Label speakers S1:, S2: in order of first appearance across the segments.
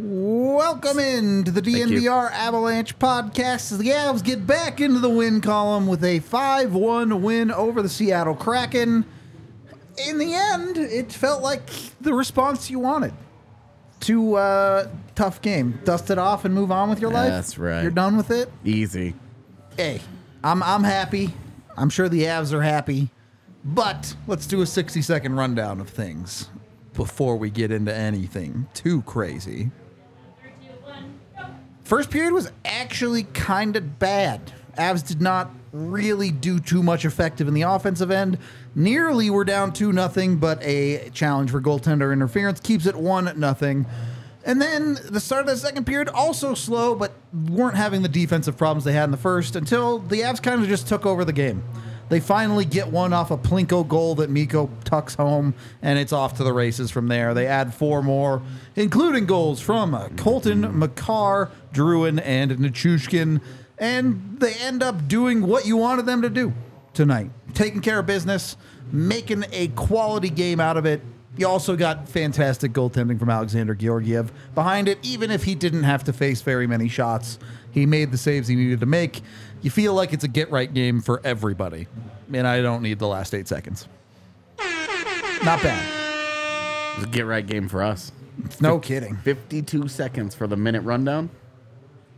S1: Welcome in to the DNVR Avalanche podcast. as The Avs get back into the win column with a 5 1 win over the Seattle Kraken. In the end, it felt like the response you wanted to uh, tough game. Dust it off and move on with your life.
S2: That's right.
S1: You're done with it.
S2: Easy.
S1: Hey, I'm, I'm happy. I'm sure the Avs are happy. But let's do a 60 second rundown of things before we get into anything too crazy. First period was actually kind of bad. Avs did not really do too much effective in the offensive end. Nearly were down 2 nothing, but a challenge for goaltender interference keeps it 1 nothing. And then the start of the second period also slow, but weren't having the defensive problems they had in the first until the Avs kind of just took over the game. They finally get one off a Plinko goal that Miko tucks home, and it's off to the races from there. They add four more, including goals from uh, Colton, McCarr, Druin, and Nichushkin, and they end up doing what you wanted them to do tonight, taking care of business, making a quality game out of it. You also got fantastic goaltending from Alexander Georgiev behind it, even if he didn't have to face very many shots. He made the saves he needed to make. You feel like it's a get right game for everybody. And I don't need the last eight seconds. Not bad.
S2: It's a get right game for us.
S1: No kidding.
S2: 52 seconds for the minute rundown.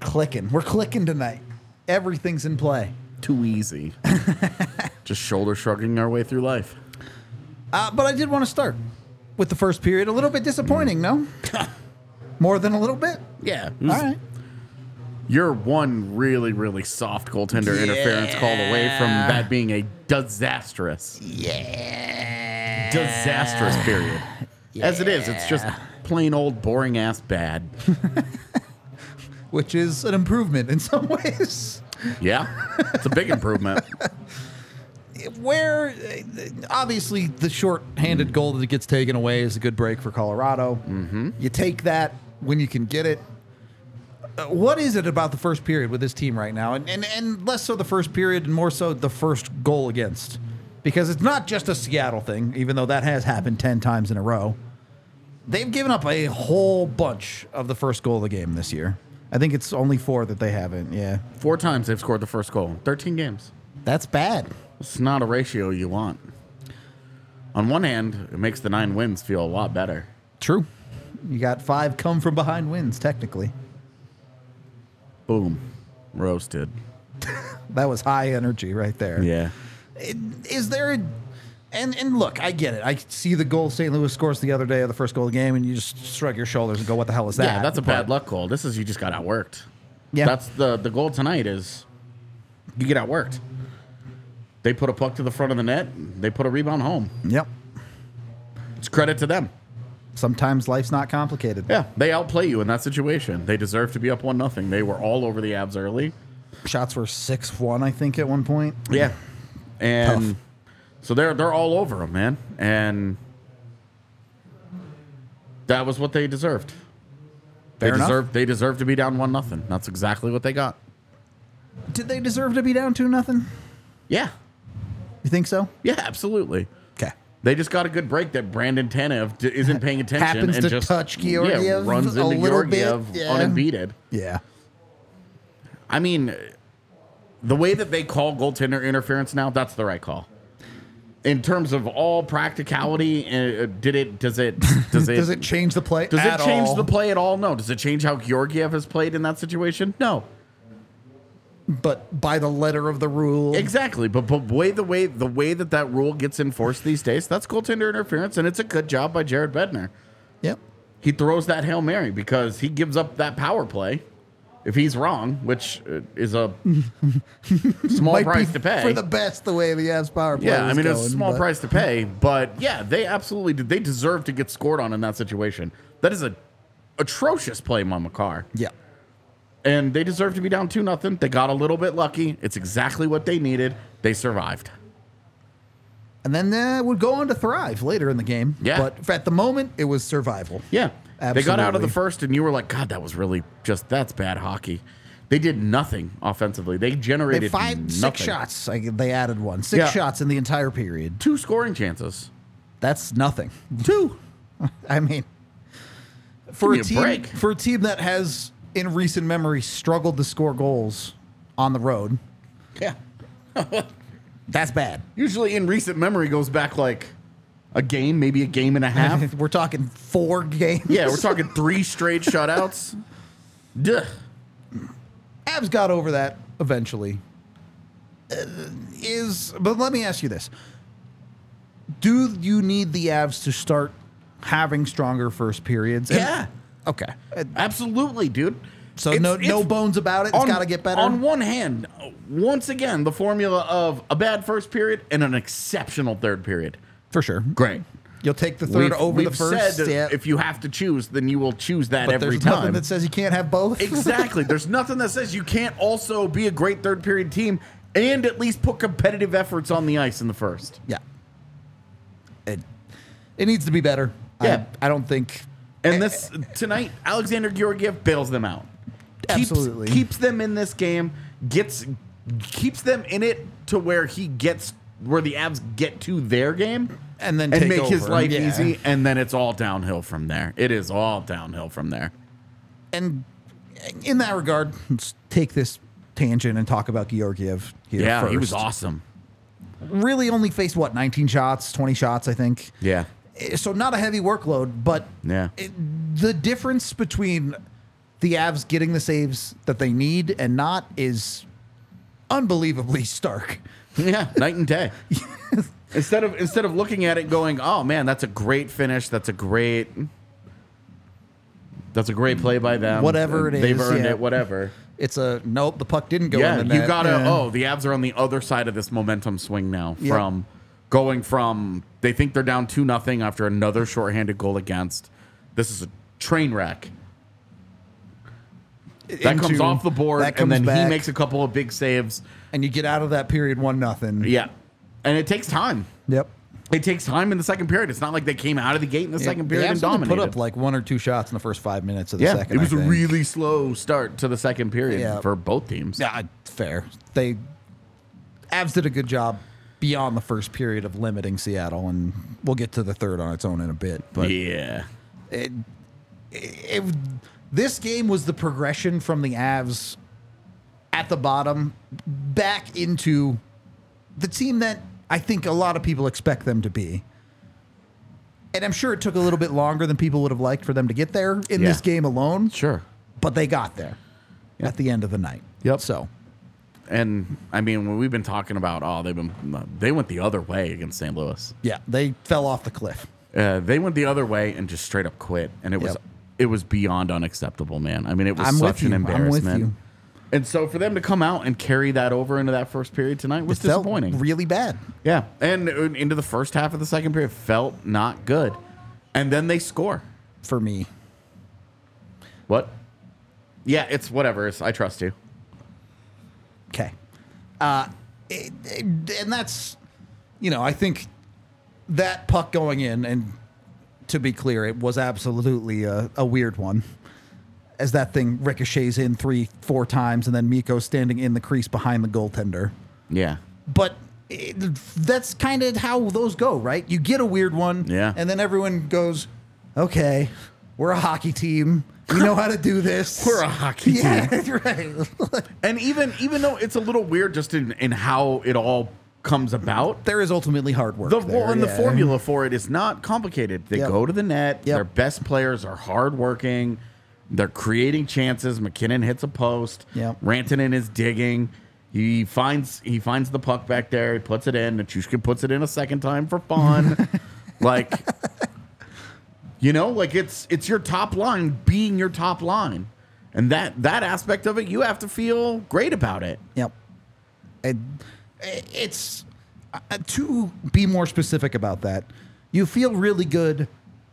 S1: Clicking. We're clicking tonight. Everything's in play.
S2: Too easy. Just shoulder shrugging our way through life.
S1: Uh, but I did want to start with the first period. A little bit disappointing, no? More than a little bit.
S2: Yeah.
S1: All right.
S2: You're one really, really soft goaltender interference call away from that being a disastrous. Yeah. Disastrous period. As it is, it's just plain old boring ass bad.
S1: Which is an improvement in some ways.
S2: Yeah. It's a big improvement.
S1: where uh, obviously the short-handed goal that gets taken away is a good break for Colorado. Mm-hmm. You take that when you can get it. Uh, What is it about the first period with this team right now, and, and and less so the first period, and more so the first goal against, because it's not just a Seattle thing, even though that has happened ten times in a row. They've given up a whole bunch of the first goal of the game this year. I think it's only four that they haven't. Yeah,
S2: Four times they've scored the first goal. 13 games.
S1: that's bad.
S2: It's not a ratio you want. On one hand, it makes the nine wins feel a lot better.
S1: True. You got five come from behind wins, technically.
S2: Boom. Roasted.
S1: That was high energy right there.
S2: Yeah.
S1: Is there a and and look, I get it. I see the goal St. Louis scores the other day of the first goal of the game, and you just shrug your shoulders and go, "What the hell is that?"
S2: yeah, that's a
S1: But
S2: bad luck goal. This is you just got outworked.
S1: Yeah.
S2: That's the the goal tonight is you get outworked. They put a puck to the front of the net, they put a rebound home.
S1: Yep.
S2: It's credit to them.
S1: Sometimes life's not complicated.
S2: Yeah. They outplay you in that situation. They deserve to be up one nothing. They were all over the abs early.
S1: Shots were six one, I think, at one point.
S2: Yeah, and so they're they're all over them, man, and that was what they deserved.
S1: Fair
S2: they
S1: enough.
S2: deserved they deserved to be down one nothing. That's exactly what they got.
S1: Did they deserve to be down two nothing?
S2: Yeah,
S1: You think so?
S2: yeah, absolutely.
S1: Okay.
S2: They just got a good break that Brandon Tanev d- isn't paying attention
S1: Happens
S2: and
S1: to
S2: just
S1: touch
S2: yeah,
S1: Georgiev
S2: runs
S1: a
S2: into
S1: little bit,
S2: Georgiev
S1: yeah.
S2: unbeaten.
S1: Yeah.
S2: I mean, the way that they call goaltender interference now, that's the right call. In terms of all practicality, uh, did it? Does it? Does it?
S1: Does it change the play?
S2: Does
S1: at
S2: it change
S1: all?
S2: the play at all? No. Does it change how Georgiev has played in that situation? No.
S1: But by the letter of the rule,
S2: Exactly. But but way the way the way that that rule gets enforced these days, that's goaltender interference, and it's a good job by Jared Bednar.
S1: Yep.
S2: He throws that hail mary because he gives up that power play. If he's wrong, which uh, is a small
S1: Might
S2: price
S1: be
S2: to pay
S1: for the best the way the Avs power play.
S2: Yeah, I
S1: was
S2: mean it's
S1: going,
S2: a small
S1: but-
S2: price to pay, but yeah, they absolutely did. They deserve to get scored on in that situation. That is a atrocious play by McCarr.
S1: Yeah.
S2: And they deserve to be down 2 nothing. They got a little bit lucky. It's exactly what they needed. They survived.
S1: And then uh, would go on to thrive later in the game.
S2: Yeah.
S1: But at the moment, it was survival.
S2: Yeah. They got out of
S1: Absolutely.
S2: the first, and you were like, God, that was really just, that's bad hockey. They did nothing offensively. They
S1: They had
S2: generated
S1: five, six
S2: nothing.
S1: shots. I, they added one. Six
S2: Yeah.
S1: shots in the entire period.
S2: Two scoring chances.
S1: That's nothing.
S2: Two.
S1: I mean, for
S2: Give
S1: a
S2: me a
S1: team
S2: break.
S1: for a team that has in recent memory struggled to score goals on the road,
S2: Yeah.
S1: that's bad.
S2: Usually in recent memory goes back like a game, maybe a game and a half.
S1: We're talking four games.
S2: yeah, we're talking three straight shutouts. Duh.
S1: Abs got over that eventually. Uh, is but let me ask you this: Do you need the Avs to start having stronger first periods? And-
S2: Yeah.
S1: okay. Uh,
S2: Absolutely, dude.
S1: So
S2: It's-
S1: no
S2: it's-
S1: no bones about it. It's got to get better.
S2: On one hand, once again, the formula of a bad first period and an exceptional third period.
S1: for sure.
S2: Great.
S1: You'll take the 3rd over the first.
S2: said that
S1: yeah.
S2: if you have to choose, then you will choose that
S1: but
S2: every
S1: there's nothing
S2: time.
S1: that says you can't have both.
S2: exactly. There's nothing that says you can't also be a great third period team and at least put competitive efforts on the ice in the first.
S1: Yeah. It it needs to be better. I-
S2: Yeah.
S1: I, don't think
S2: And this tonight, Alexander Georgiev bails them out. Keeps-
S1: Absolutely.
S2: keeps them in this game. Gets keeps them in it to where he gets where the Abs get to their game
S1: And then
S2: and
S1: take
S2: make his
S1: over.
S2: life
S1: Yeah.
S2: easy, and then it's all downhill from there. It is all downhill from there.
S1: and in that regard, let's take this tangent and talk about Georgiev here
S2: Yeah,
S1: first.
S2: he was awesome.
S1: Really only faced what, 19 shots, 20 shots, I think.
S2: Yeah,
S1: Eh, So not a heavy workload, but
S2: Yeah.
S1: it- the difference between the Avs getting the saves that they need and not is unbelievably stark.
S2: yeah, night and day. instead of instead of looking at it going, oh man, that's a great finish. That's a great. That's a great play by them.
S1: Whatever
S2: it
S1: it
S2: is,
S1: is,
S2: They've earned
S1: yeah.
S2: it. Whatever.
S1: It's a nope, the puck didn't go
S2: yeah,
S1: in the net.
S2: you gotta.
S1: Yeah.
S2: Oh, the Abs are on the other side of this momentum swing now.
S1: Yep.
S2: From going from they think they're down two nothing after another shorthanded goal against. This is a train wreck. That comes
S1: into-
S2: off the board,
S1: that
S2: and
S1: comes
S2: then he
S1: back,
S2: makes a couple of big saves.
S1: and you get out of that period one nothing.
S2: Yeah, and it takes time.
S1: Yep.
S2: It takes time in the second period. It's not like they came out of the gate in the second period
S1: they
S2: and
S1: absolutely
S2: dominated.
S1: put up like one or two shots in the first five minutes of the
S2: yeah,
S1: second.
S2: it was
S1: a
S2: a really slow start to the second period
S1: Yeah.
S2: for both teams.
S1: yeah, fair. They Avs did a good job beyond the first period of limiting Seattle, and we'll get to the third on its own in a bit. But
S2: yeah.
S1: it, this game was the progression from the Avs at the bottom back into the team that I think a lot of people expect them to be. And I'm sure it took a little bit longer than people would have liked for them to get there in
S2: Yeah.
S1: this game alone,
S2: sure.
S1: but they got there at the end of the night.
S2: Yep.
S1: So,
S2: And I mean, when we've been talking about, oh, they've been they went the other way against St. Louis.
S1: yeah, they fell off the cliff.
S2: Uh, they went the other way and just straight up quit, and it was
S1: Yep.
S2: it was beyond unacceptable, man. I mean, it was
S1: I'm
S2: such
S1: with
S2: an
S1: you. I'm with
S2: embarrassment.
S1: you.
S2: And so for them to come out and carry that over into that first period tonight was
S1: It felt
S2: disappointing.
S1: really bad.
S2: yeah, and uh, into the first half of the second period felt not good, and then they score.
S1: for me.
S2: What? Yeah, it's whatever. It's, I trust you.
S1: Okay. Uh, it- it- and that's, you know, I think that puck going in, and to be clear, it was absolutely a, a weird one. As that thing ricochets in three, four times, and then Miko standing in the crease behind the goaltender.
S2: Yeah,
S1: But it, that's kind of how those go, right? You get a weird one,
S2: Yeah.
S1: and then everyone goes, okay, we're a hockey team. We know how to do this.
S2: We're a hockey team.
S1: Yeah, right.
S2: and even even though it's a little weird just in in how it all comes about,
S1: there is ultimately hard work.
S2: The
S1: there,
S2: well, and the
S1: yeah.
S2: formula for it is not complicated. They
S1: Yep.
S2: go to the net.
S1: Yep.
S2: Their best players are hardworking. They're creating chances. McKinnon hits a post.
S1: Yep.
S2: Rantanen is digging. He finds he finds the puck back there. He puts it in. Nachushkin puts it in a second time for fun. like you know, like it's it's your top line being your top line. And that that aspect of it, you have to feel great about it.
S1: Yep. And i- it's uh, to be more specific about that. You feel really good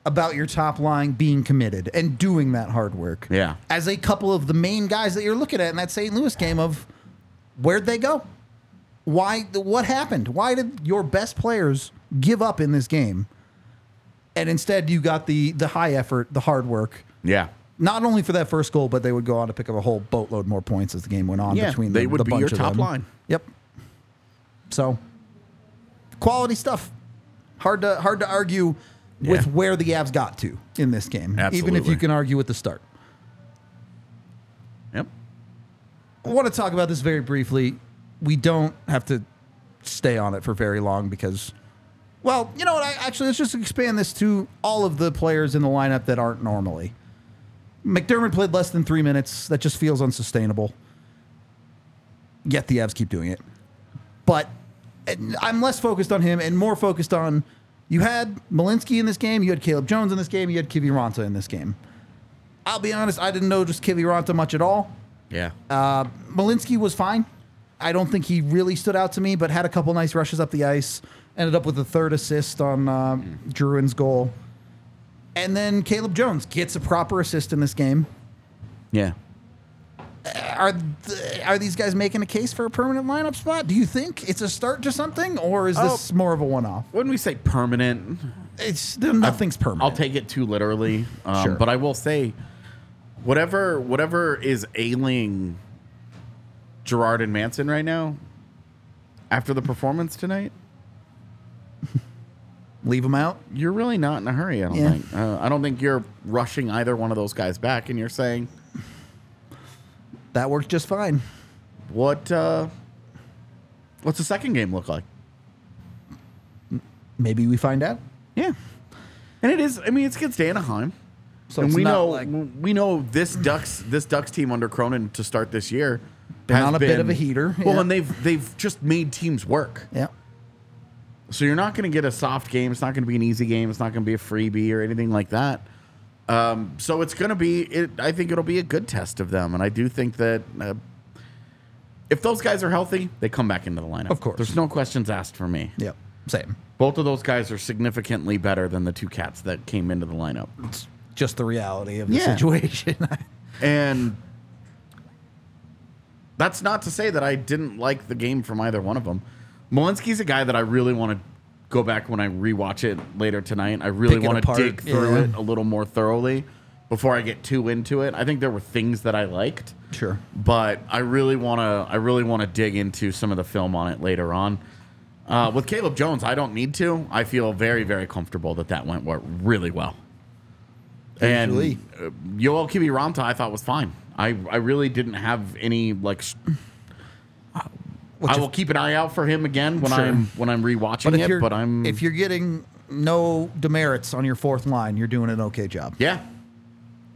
S1: about your top line being committed and doing that hard work.
S2: Yeah.
S1: As a couple of the main guys that you're looking at in that St. Louis game of where'd they go? Why what happened? Why did your best players give up in this game? And instead you got the the high effort, the hard work.
S2: Yeah.
S1: Not only for that first goal, but they would go on to pick up a whole boatload more points as the game went on
S2: Yeah,
S1: between
S2: they
S1: the,
S2: would
S1: the
S2: be
S1: bunch
S2: your
S1: of
S2: top
S1: them.
S2: line.
S1: Yep. So quality stuff. Hard to hard to argue with
S2: Yeah.
S1: where the Avs got to in this game, even if
S2: Absolutely.
S1: you can argue with the start.
S2: Yep.
S1: I want to talk about this very briefly. We don't have to stay on it for very long because, well, you know what? I, actually, let's just expand this to all of the players in the lineup that aren't normally. McDermott played less than three minutes. That just feels unsustainable. Yet the Avs keep doing it. But and I'm less focused on him and more focused on you had Malinsky in this game, you had Caleb Jones in this game, you had Kiviranta in this game. I'll be honest, I didn't notice Kiviranta much at all.
S2: Yeah.
S1: Uh, Malinsky was fine. I don't think he really stood out to me, but had a couple nice rushes up the ice. Ended up with a third assist on uh, Druin's goal. And then Caleb Jones gets a proper assist in this game.
S2: yeah.
S1: Are th- are these guys making a case for a permanent lineup spot? Do you think it's a start to something, or is this more of a one off?
S2: When we say permanent,
S1: It's nothing's permanent.
S2: Oh. I'll take it too literally. Um,
S1: Sure.
S2: But I will say, whatever whatever is ailing Gerard and Manson right now, after the performance tonight,
S1: leave him out.
S2: you're really not in a hurry. I don't
S1: Yeah.
S2: think. Uh, I don't think you're rushing either one of those guys back, and you're saying,
S1: That worked just fine.
S2: "What? Uh, what's the second game look like?"
S1: Maybe we find out.
S2: Yeah, and it is. I mean, it's against Anaheim.
S1: So
S2: and
S1: it's
S2: we
S1: not
S2: know
S1: like-
S2: we know this Ducks this Ducks team under Cronin to start this year
S1: Been
S2: has
S1: on a bit of a heater,
S2: Well,
S1: yeah.
S2: and they've they've just made teams work.
S1: Yeah.
S2: So you're not going to get a soft game. It's not going to be an easy game. It's not going to be a freebie or anything like that. Um, so it's going to be. It, I think it'll be a good test of them, and I do think that uh, if those guys are healthy, they come back into the lineup.
S1: Of course.
S2: there's no questions asked for me.
S1: Yep. Same.
S2: Both of those guys are significantly better than the two cats that came into the lineup.
S1: It's just the reality of the
S2: Yeah.
S1: situation.
S2: And that's not to say that I didn't like the game from either one of them. Malinsky's a guy that I really want to go back when I rewatch it later tonight. I really
S1: Pick it
S2: want to
S1: apart,
S2: dig through
S1: yeah.
S2: it a little more thoroughly before I get too into it. I think there were things that I liked.
S1: Sure.
S2: But I really want to I really want to dig into some of the film on it later on. Uh, with Caleb Jones, I don't need to. I feel very, very comfortable that that went wor- really well. And
S1: Usually.
S2: uh, Yoel Kiviranta, I thought was fine. I, I really didn't have any like. s-
S1: Which
S2: I
S1: is-
S2: will keep an eye out for him again when
S1: Sure.
S2: I'm when I'm rewatching
S1: But if
S2: it.
S1: you're
S2: But I'm
S1: if you're getting no demerits on your fourth line, you're doing an okay job.
S2: yeah.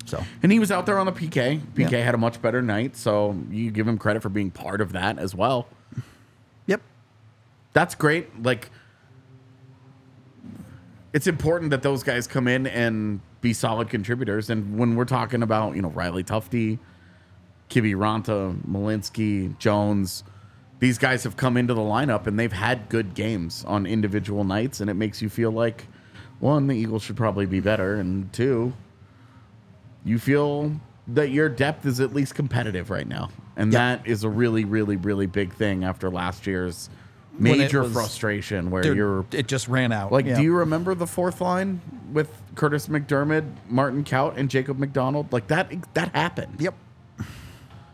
S1: So
S2: And he was out there on the PK. PK
S1: Yeah.
S2: had a much better night, so you give him credit for being part of that as well.
S1: yep,
S2: That's great. Like, it's important that those guys come in and be solid contributors. And when we're talking about, you know, Riley Tufte, Kibi Ranta, Malinsky, Jones, these guys have come into the lineup and they've had good games on individual nights. And it makes you feel like, one, the Eagles should probably be better. And two, you feel that your depth is at least competitive right now. And
S1: Yeah.
S2: that is a really, really, really big thing after last year's
S1: it
S2: major
S1: was-
S2: frustration where
S1: Dude,
S2: you're
S1: it just ran out.
S2: like,
S1: Yeah.
S2: do you remember the fourth line with Curtis McDermott, Martin Kaut, and Jacob McDonald? Like that, that happened.
S1: Yep,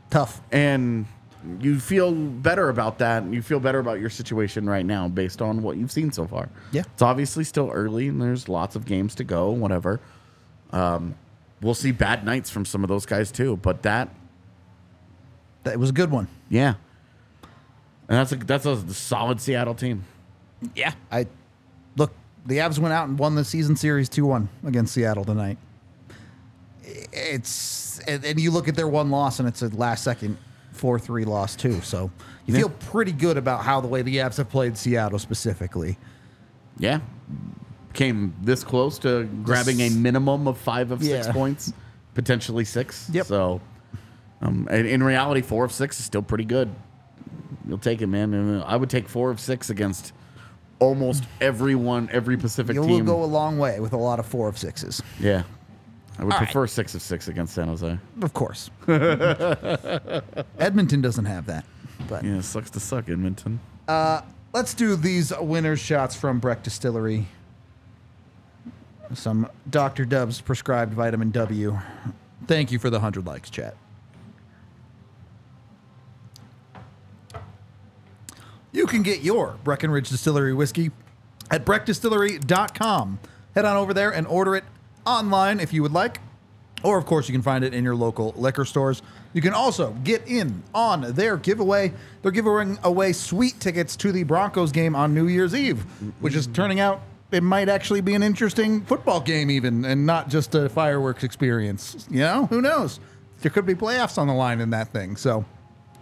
S1: tough.
S2: And you feel better about that. And you feel better about your situation right now based on what you've seen so far.
S1: Yeah.
S2: It's obviously still early and there's lots of games to go, whatever. Um, we'll see bad nights from some of those guys too. But that,
S1: That was a good one.
S2: yeah. And that's a, that's a solid Seattle team.
S1: Yeah, I look. The Avs went out and won the season series two one against Seattle tonight. It's and, and you look at their one loss and it's a last second four three loss too. So you
S2: Yeah.
S1: feel pretty good about how the way the Avs have played Seattle specifically.
S2: Yeah. Came this close to grabbing a minimum of five of six
S1: Yeah.
S2: points, potentially six.
S1: Yep.
S2: So, um, and in reality, four uh, of six is still pretty good. You'll take it, man. And I would take four of six against almost everyone, every Pacific
S1: You will
S2: team.
S1: go a long way with a lot of four of sixes,
S2: yeah. I would
S3: All right.
S2: prefer six of six against San Jose.
S1: of course. Edmonton doesn't have that, but
S2: Yeah, sucks to suck, Edmonton.
S1: let's do these winner's shots from Breck Distillery. Some Dr. Dubs prescribed vitamin W. Thank you for the 100 likes, chat. You can get your Breckenridge Distillery whiskey at breckdistillery.com. Head on over there and order it online if you would like. Or, of course, you can find it in your local liquor stores. You can also get in on their giveaway. They're giving away sweet tickets to the Broncos game on New Year's Eve, which is turning out it might actually be an interesting football game, even, and not just a fireworks experience. You know, who knows? There could be playoffs on the line in that thing. So,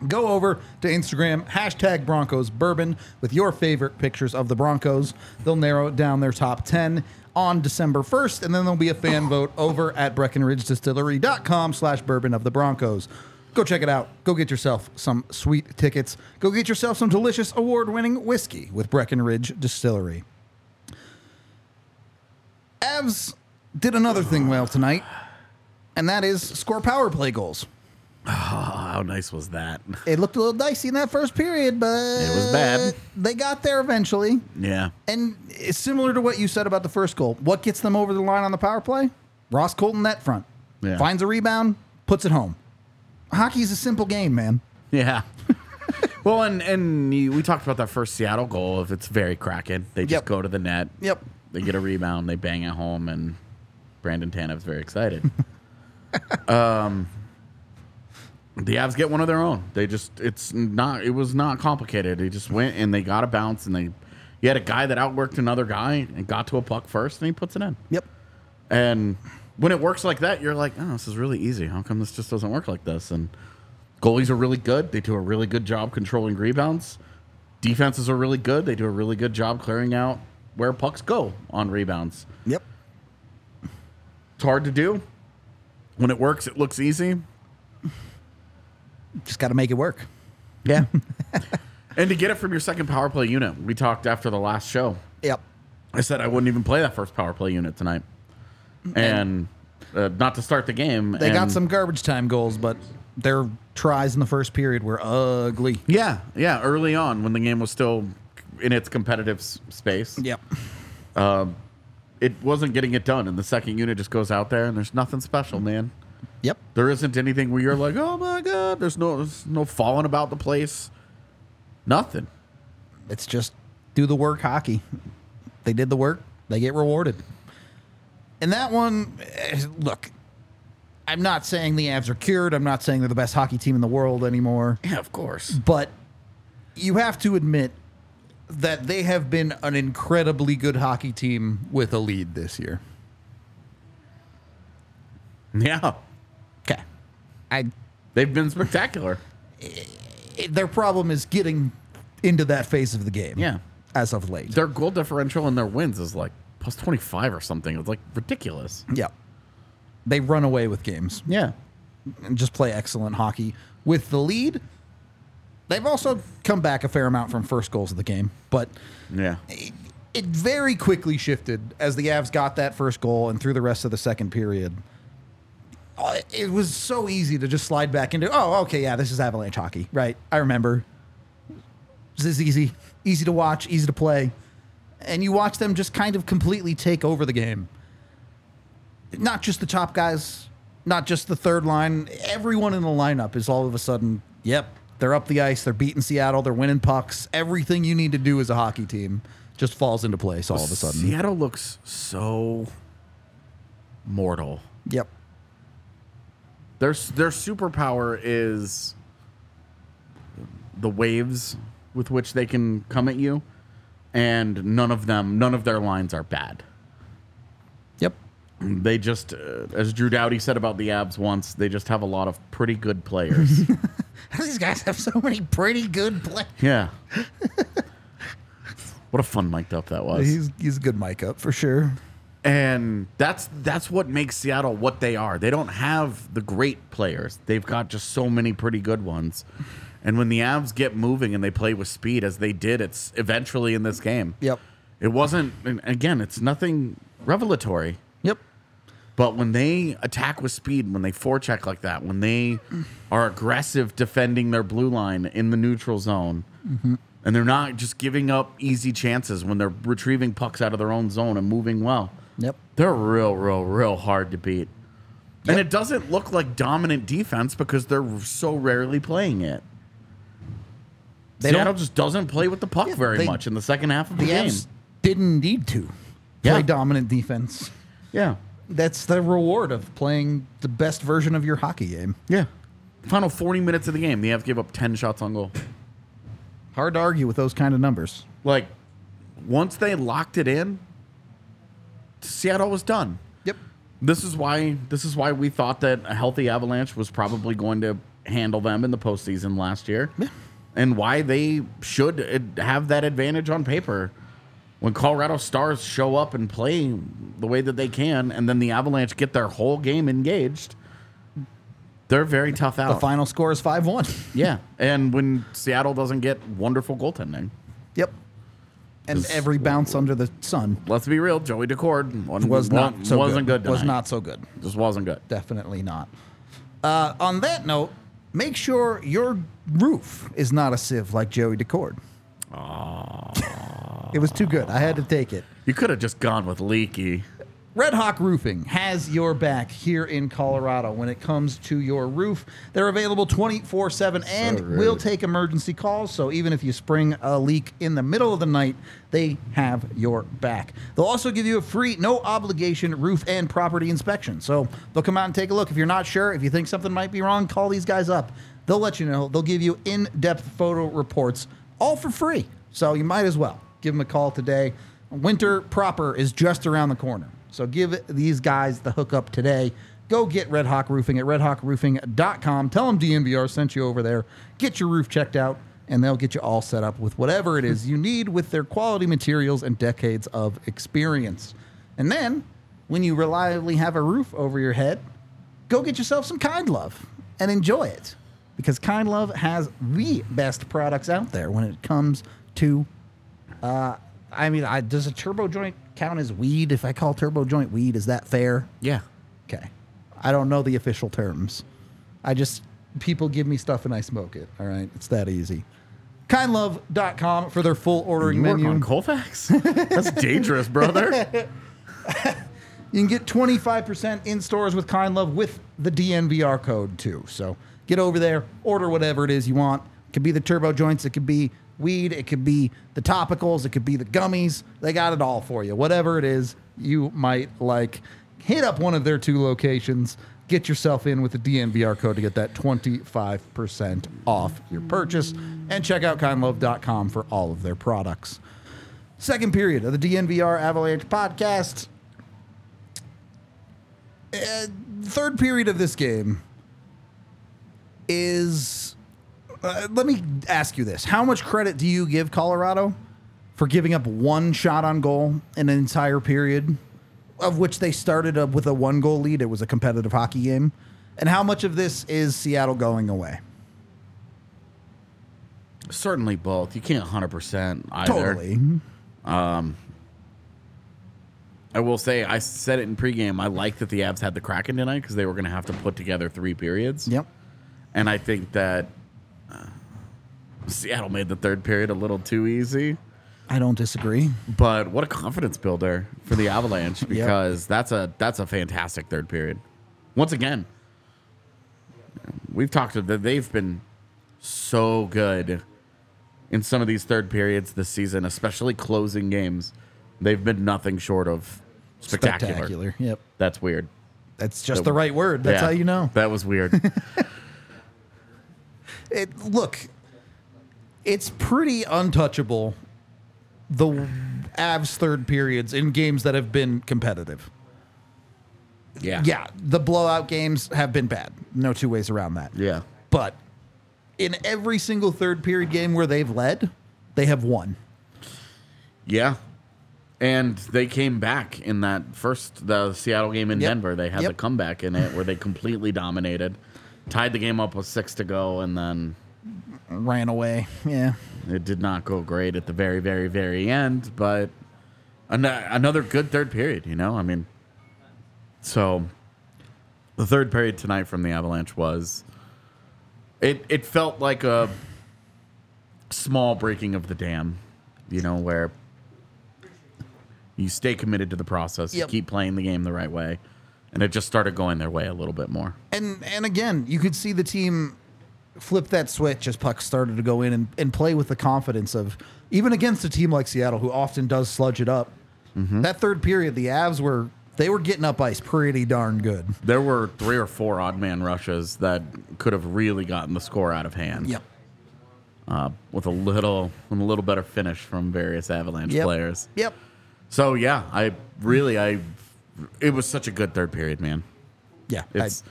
S1: Go over to Instagram, hashtag Broncos Bourbon, with your favorite pictures of the Broncos. They'll narrow down their top 10 on December 1st, and then there'll be a fan vote over at BreckenridgeDistillery.com slash bourbon of the Broncos. Go check it out. Go get yourself some sweet tickets. Go get yourself some delicious award winning whiskey with Breckenridge Distillery. Avs did another thing well tonight, and that is score power play goals
S2: Oh, how nice was that?
S1: it looked a little dicey in that first period, but it
S2: was bad.
S1: They got there eventually.
S2: Yeah.
S1: And it's similar to what you said about the first goal, what gets them over the line on the power play? Ross Colton net front.
S2: Yeah.
S1: Finds a rebound, puts it home. Hockey's a simple game, man.
S2: Yeah. well, and and you- we talked about that first Seattle goal. If it's very cracking, they just
S1: Yep.
S2: go to the net.
S1: Yep.
S2: They get a rebound. They bang it home, and Brandon Tanev's very excited. um, the Avs get one of their own. They just it's not it was not complicated. They just went and they got a bounce, and they you had a guy that outworked another guy and got to a puck first, and he puts it in.
S1: Yep.
S2: And when it works like that, you're like, oh, this is really easy. How come this just doesn't work like this? And goalies are really good. They do a really good job controlling rebounds. Defenses are really good. They do a really good job clearing out where pucks go on rebounds.
S1: Yep.
S2: It's hard to do. When it works, it looks easy.
S1: Just got to make it work.
S2: Yeah. and to get it from your second power play unit, we talked after the last show.
S1: Yep.
S2: I said I wouldn't even play that first power play unit tonight. And, uh, not to start the game.
S1: They got
S2: and-
S1: some garbage time goals, but their tries in the first period were ugly.
S2: Yeah, yeah. Early on, when the game was still in its competitive s- space,
S1: Yep.
S2: it wasn't getting it done. And the second unit just goes out there, and there's nothing special, man.
S1: Yep.
S2: There isn't anything where you're like, oh my god, there's no, there's no falling about the place. Nothing.
S1: it's just do the work hockey. They did the work, they get rewarded. And that one, eh, look, I'm not saying the Avs are cured. I'm not saying they're the best hockey team in the world anymore.
S2: Yeah, of course.
S1: But you have to admit that they have been an incredibly good hockey team with a lead this year.
S2: Yeah,
S1: Okay. I,
S2: they've been spectacular.
S1: Eh, their problem is getting into that phase of the game.
S2: Yeah.
S1: As of late.
S2: Their goal differential and their wins is like plus twenty five or something. It's like ridiculous.
S1: yeah. They run away with games.
S2: Yeah,
S1: and just play excellent hockey with the lead. They've also come back a fair amount from first goals of the game, but
S2: yeah.
S1: it, it very quickly shifted as the Avs got that first goal and through the rest of the second period. Uh, It was so easy to just slide back into, oh, okay, yeah, this is Avalanche hockey, right? I remember. This is easy, easy to watch, easy to play. And you watch them just kind of completely take over the game. Not just the top guys, not just the third line. Everyone in the lineup is all of a sudden, yep, they're up the ice, they're beating Seattle, they're winning pucks. Everything you need to do as a hockey team just falls into place all of a sudden.
S2: Seattle looks so mortal.
S1: Yep.
S2: Their their superpower is the waves with which they can come at you, and none of them, none of their lines are bad.
S1: Yep.
S2: They just, uh, as Drew Doughty said about the Abs once, they just have a lot of pretty good players.
S1: How do these guys have so many pretty good players?
S2: yeah. What a fun mic up that was.
S1: He's he's a good mic up for sure.
S2: And that's that's what makes Seattle what they are. They don't have the great players. They've got just so many pretty good ones. And when the Avs get moving and they play with speed as they did, it's eventually in this game.
S1: Yep.
S2: It wasn't, and again, it's nothing revelatory.
S1: Yep.
S2: But when they attack with speed, when they forecheck like that, when they are aggressive defending their blue line in the neutral zone, and they're not just giving up easy chances when they're retrieving pucks out of their own zone and moving well,
S1: Yep.
S2: they're real, real, real hard to beat. And it doesn't look like dominant defense because they're so rarely playing it.
S1: They
S2: Seattle
S1: don't.
S2: just doesn't play with the puck
S1: Yeah,
S2: very
S1: they-
S2: much in the second half of the,
S1: The
S2: game.
S1: Avs didn't need to
S2: Yeah.
S1: play dominant defense.
S2: Yeah.
S1: That's the reward of playing the best version of your hockey game.
S2: Yeah. Final 40 minutes of the game, the Avs gave up 10 shots on goal.
S1: Hard to argue with those kind of numbers.
S2: Like, once they locked it in, Seattle was done.
S1: Yep.
S2: This is why this is why we thought that a healthy Avalanche was probably going to handle them in the postseason last year, and why they should ad- have that advantage on paper. When Colorado Stars show up and play the way that they can, and then the Avalanche get their whole game engaged, they're very tough
S1: The
S2: out.
S1: final score is 5 1.
S2: yeah, and when Seattle doesn't get wonderful goaltending,
S1: Yep. And every bounce under the sun
S2: let's be real, Joey Decord wasn't,
S1: was not so
S2: wasn't good.
S1: good. was
S2: tonight.
S1: not so good.
S2: just wasn't good.
S1: Definitely not. Uh, on that note, make sure your roof is not a sieve like Joey Decord. it was too good. I had to take it.
S2: You could have just gone with Leaky.
S1: Red Hawk Roofing has your back here in Colorado when it comes to your roof. They're available 24 7 and will take emergency calls. So even if you spring a leak in the middle of the night, they have your back. They'll also give you a free, no obligation roof and property inspection. So they'll come out and take a look. If you're not sure, if you think something might be wrong, call these guys up. They'll let you know. They'll give you in depth photo reports all for free. So you might as well give them a call today. Winter proper is just around the corner. So give these guys the hookup today. Go get Red Hawk Roofing at redhawkroofing.com. Tell them DNVR sent you over there. Get your roof checked out, and they'll get you all set up with whatever it is you need with their quality materials and decades of experience. And then, when you reliably have a roof over your head, go get yourself some kind love and enjoy it because kind love has the best products out there when it comes to uh, i mean I, does a turbo joint count as weed if i call turbo joint weed is that fair
S2: Yeah.
S1: okay i don't know the official terms i just people give me stuff and i smoke it all right it's that easy kindlove.com for their full ordering
S2: You work
S1: menu
S2: on Colfax? That's dangerous, brother.
S1: You can get 25% in stores with Kind Love with the DNVR code too. So get over there, order whatever it is you want. It could be the turbo joints, it could be weed, it could be the topicals, it could be the gummies. They got it all for you. Whatever it is you might like, hit up one of their two locations. Get yourself in with the DNVR code to get that 25% off your purchase. And check out kindlove.com for all of their products. Second period of the DNVR Avalanche podcast third period of this game is. Uh, let me ask you this: How much credit do you give Colorado for giving up one shot on goal in an entire period, of which they started up with a one-goal lead? It was a competitive hockey game, and how much of this is Seattle going away?
S2: Certainly both. You can't 100% either.
S1: Totally.
S2: I will say, I said it in pregame. I like that the Avs had the Kraken tonight because they were going to have to put together three periods.
S1: Yep.
S2: And I think that uh, Seattle made the third period a little too easy.
S1: I don't disagree.
S2: But what a confidence builder for the Avalanche because that's a that's a fantastic third period. Once again, we've talked to that they've been so good in some of these third periods this season, especially closing games. They've been nothing short of spectacular.
S1: Yep.
S2: That's weird.
S1: That's just the right word. That's
S2: Yeah,
S1: how you know.
S2: That was weird.
S1: it look it's pretty untouchable the avs third periods in games that have been competitive
S2: yeah.
S1: yeah the blowout games have been bad no two ways around that
S2: Yeah.
S1: but in every single third period game where they've led they have won
S2: Yeah. And they came back in that first the Seattle game in
S1: Yep.
S2: Denver. They had the
S1: Yep.
S2: comeback in it where they completely dominated, tied the game up with six to go, and then
S1: ran away. Yeah.
S2: It did not go great at the very, very, very end, but an- another good third period, you know? I mean, so the third period tonight from the Avalanche was it, it felt like a small breaking of the dam, you know, where you stay committed to the process,
S1: Yep.
S2: you keep playing the game the right way, and it just started going their way a little bit more.
S1: And and again, you could see the team flip that switch as pucks started to go in and, and play with the confidence of even against a team like Seattle who often does sludge it up.
S2: Mm-hmm.
S1: That third period, the Avs were they were getting up ice pretty darn good.
S2: There were three or four odd man rushes that could have really gotten the score out of hand. Uh, with a little with a little better finish from various Avalanche
S1: Yep.
S2: players.
S1: Yep.
S2: So yeah, I really I it was such a good third period, man.
S1: Yeah. I-
S2: It's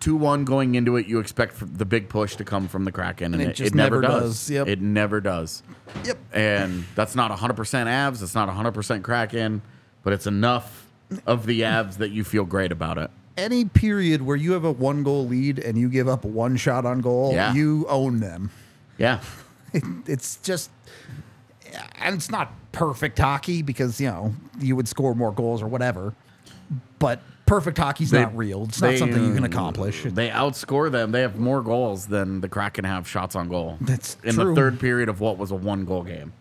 S2: two one going into it. You expect f- the big push to come from the Kraken, and,
S1: it
S2: it,
S1: just
S2: it never,
S1: never
S2: does.
S1: does. Yep.
S2: It never does.
S1: Yep.
S2: And that's not 100% Avs. It's not 100% Kraken, but it's enough of the Avs that you feel great about it.
S1: any period where you have a one goal lead and you give up one shot on goal,
S2: Yeah.
S1: you own them.
S2: Yeah.
S1: it's just, and it's not perfect hockey because you know you would score more goals or whatever, but perfect hockey's not real. It's not
S2: they,
S1: something you can
S2: uh,
S1: accomplish.
S2: They outscore them. They have more goals than the Kraken have shots on goal.
S1: That's
S2: in
S1: true.
S2: the third period of what was a one goal game.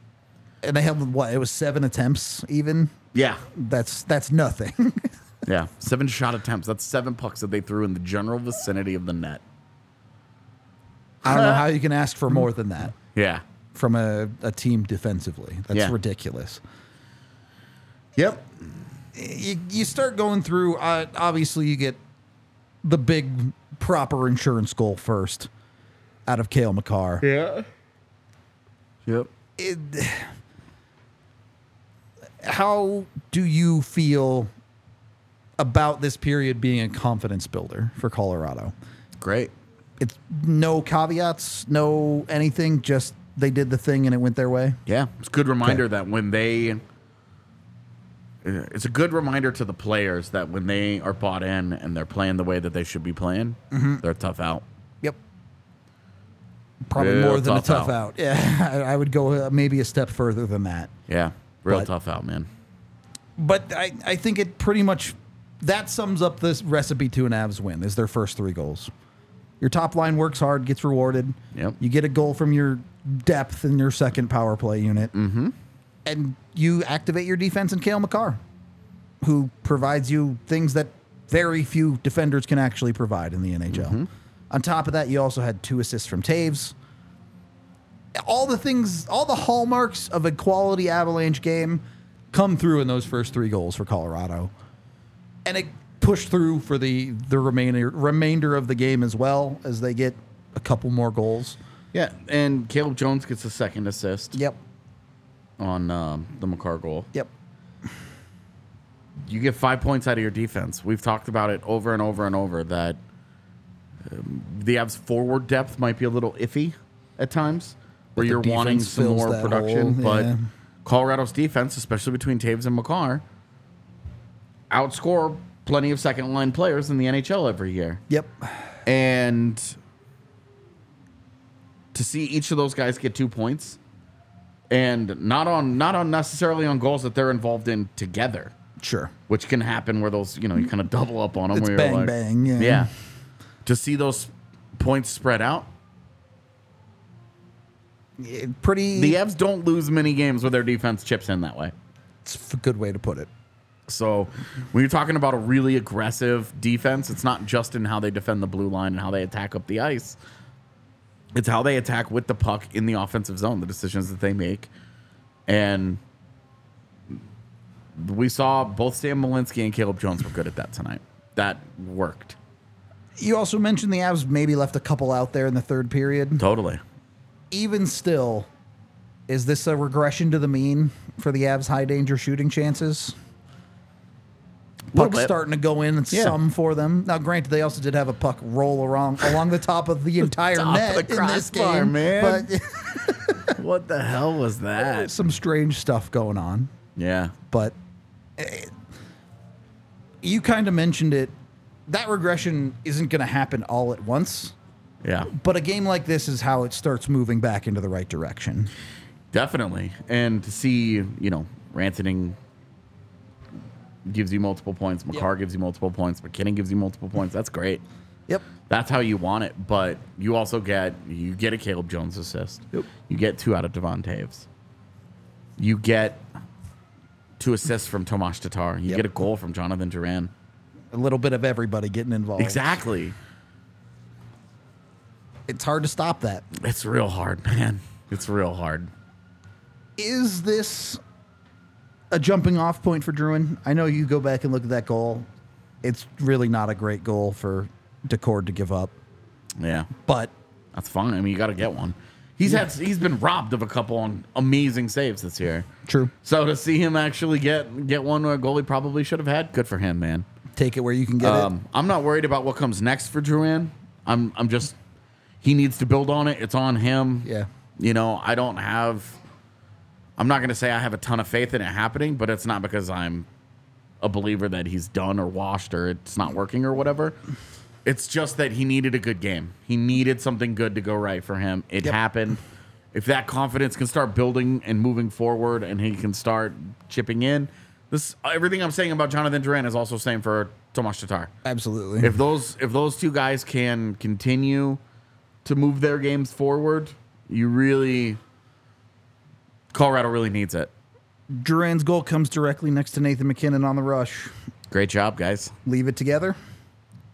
S1: And they held what it was seven attempts even.
S2: Yeah.
S1: That's that's nothing.
S2: Yeah. Seven shot attempts. That's seven pucks that they threw in the general vicinity of the net.
S1: I don't know how you can ask for more than that
S2: Yeah.
S1: from a, a team defensively. That's
S2: Yeah.
S1: ridiculous.
S2: Yep.
S1: you, you start going through. Uh, obviously, you get the big proper insurance goal first out of Kale McCarr.
S2: Yeah. Yep.
S1: It, how do you feel about this period being a confidence builder for Colorado?
S2: Great.
S1: It's no caveats, no anything. Just they did the thing and it went their way.
S2: Yeah, it's a good reminder that when they, uh, it's a good reminder to the players that when they are bought in and they're playing the way that they should be playing,
S1: Mm-hmm.
S2: they're tough out.
S1: Yep. Probably
S2: Real
S1: more than a
S2: tough
S1: tough out.
S2: out.
S1: Yeah, I, I would go uh, maybe a step further than that.
S2: Yeah, real
S1: But-
S2: tough out, man.
S1: but I, I think it pretty much that sums up this recipe to an Avs win is their first three goals. Your top line works hard, gets rewarded.
S2: Yep.
S1: You get a goal from your depth in your second power play unit. Mm-hmm. And you activate your defense in Kale McCarr, who provides you things that very few defenders can actually provide in the NHL.
S2: Mm-hmm.
S1: On top of that, you also had two assists from Taves. All the things, all the hallmarks of a quality Avalanche game come through in those first three goals for Colorado and it pushed through for the the remainder remainder of the game as well as they get a couple more goals.
S2: Yeah, and Caleb Jones gets a second assist
S1: Yep.
S2: on um, the McCarr goal.
S1: Yep.
S2: You get five points out of your defense. We've talked about it over and over and over that um, the Avs' forward depth might be a little iffy at times, where
S1: the
S2: you're wanting
S1: defense
S2: some
S1: fills
S2: more
S1: that
S2: production.
S1: hole,
S2: but
S1: yeah.
S2: Colorado's defense, especially between Taves and McCarr, outscore plenty of second line players in the NHL every year.
S1: Yep.
S2: And to see each of those guys get two points and not on not on necessarily on goals that they're involved in together
S1: Sure.
S2: which can happen where those you know you kind of double up on them.
S1: It's
S2: where
S1: bang,
S2: you're like,
S1: bang, yeah.
S2: To see those points spread out,
S1: It- pretty
S2: the Evs don't lose many games with their defense chips in that way.
S1: it's a good way to put it.
S2: So when you're talking about a really aggressive defense, it's not just in how they defend the blue line and how they attack up the ice. It's how they attack with the puck in the offensive zone, the decisions that they make. And we saw both Sam Malinsky and Caleb Jones were good at that tonight. That worked.
S1: You also mentioned the Avs maybe left a couple out there in the third period.
S2: Totally.
S1: Even still, is this a regression to the mean for the Avs high danger shooting chances?
S2: Little
S1: Puck's
S2: bit.
S1: starting to go in
S2: Yeah.
S1: some for them. Now, granted, they also did have a puck roll around along the top of the entire
S2: top of
S1: net
S2: the
S1: in this
S2: crossbar,
S1: game,
S2: man. Uh,
S1: But
S2: What the hell was that?
S1: some strange stuff going on,
S2: Yeah.
S1: but eh, you kind of mentioned it. That regression isn't going to happen all at once,
S2: Yeah.
S1: But a game like this is how it starts moving back into the right direction.
S2: Definitely. And to see, you know, Rantanen gives you multiple points, McCarr gives you multiple points, McKinnon gives you multiple points. That's great.
S1: Yep.
S2: That's how you want it. But you also get you get a Caleb Jones assist.
S1: Yep.
S2: You get two out of Devon Taves. You get two assists from Tomas Tatar. You
S1: Yep.
S2: get a goal from Jonathan Duran.
S1: A little bit of everybody getting involved.
S2: Exactly.
S1: It's hard to stop that.
S2: It's real hard, man. It's real hard.
S1: Is this a jumping off point for Druin? I know you go back and look at that goal. It's really not a great goal for Decord to give up,
S2: Yeah.
S1: but
S2: That's fine. I mean, you got to get one. He's had he's been robbed of a couple on amazing saves this year.
S1: True.
S2: So to see him actually get get one where a goalie probably should have had, good for him, man.
S1: take it where you can get it.
S2: Um, I'm not worried about what comes next for Druin. I'm I'm just he needs to build on it. It's on him.
S1: Yeah.
S2: You know, I don't have I'm not gonna say I have a ton of faith in it happening, but it's not because I'm a believer that he's done or washed or it's not working or whatever. It's just that he needed a good game. He needed something good to go right for him. It
S1: Yep.
S2: happened. If that confidence can start building and moving forward and he can start chipping in, this everything I'm saying about Jonathan Duran is also same for Tomas Tatar
S1: Absolutely.
S2: if those if those two guys can continue to move their games forward, you really Colorado really needs it.
S1: Duran's goal comes directly next to Nathan McKinnon on the rush.
S2: Great job, guys.
S1: Leave it together.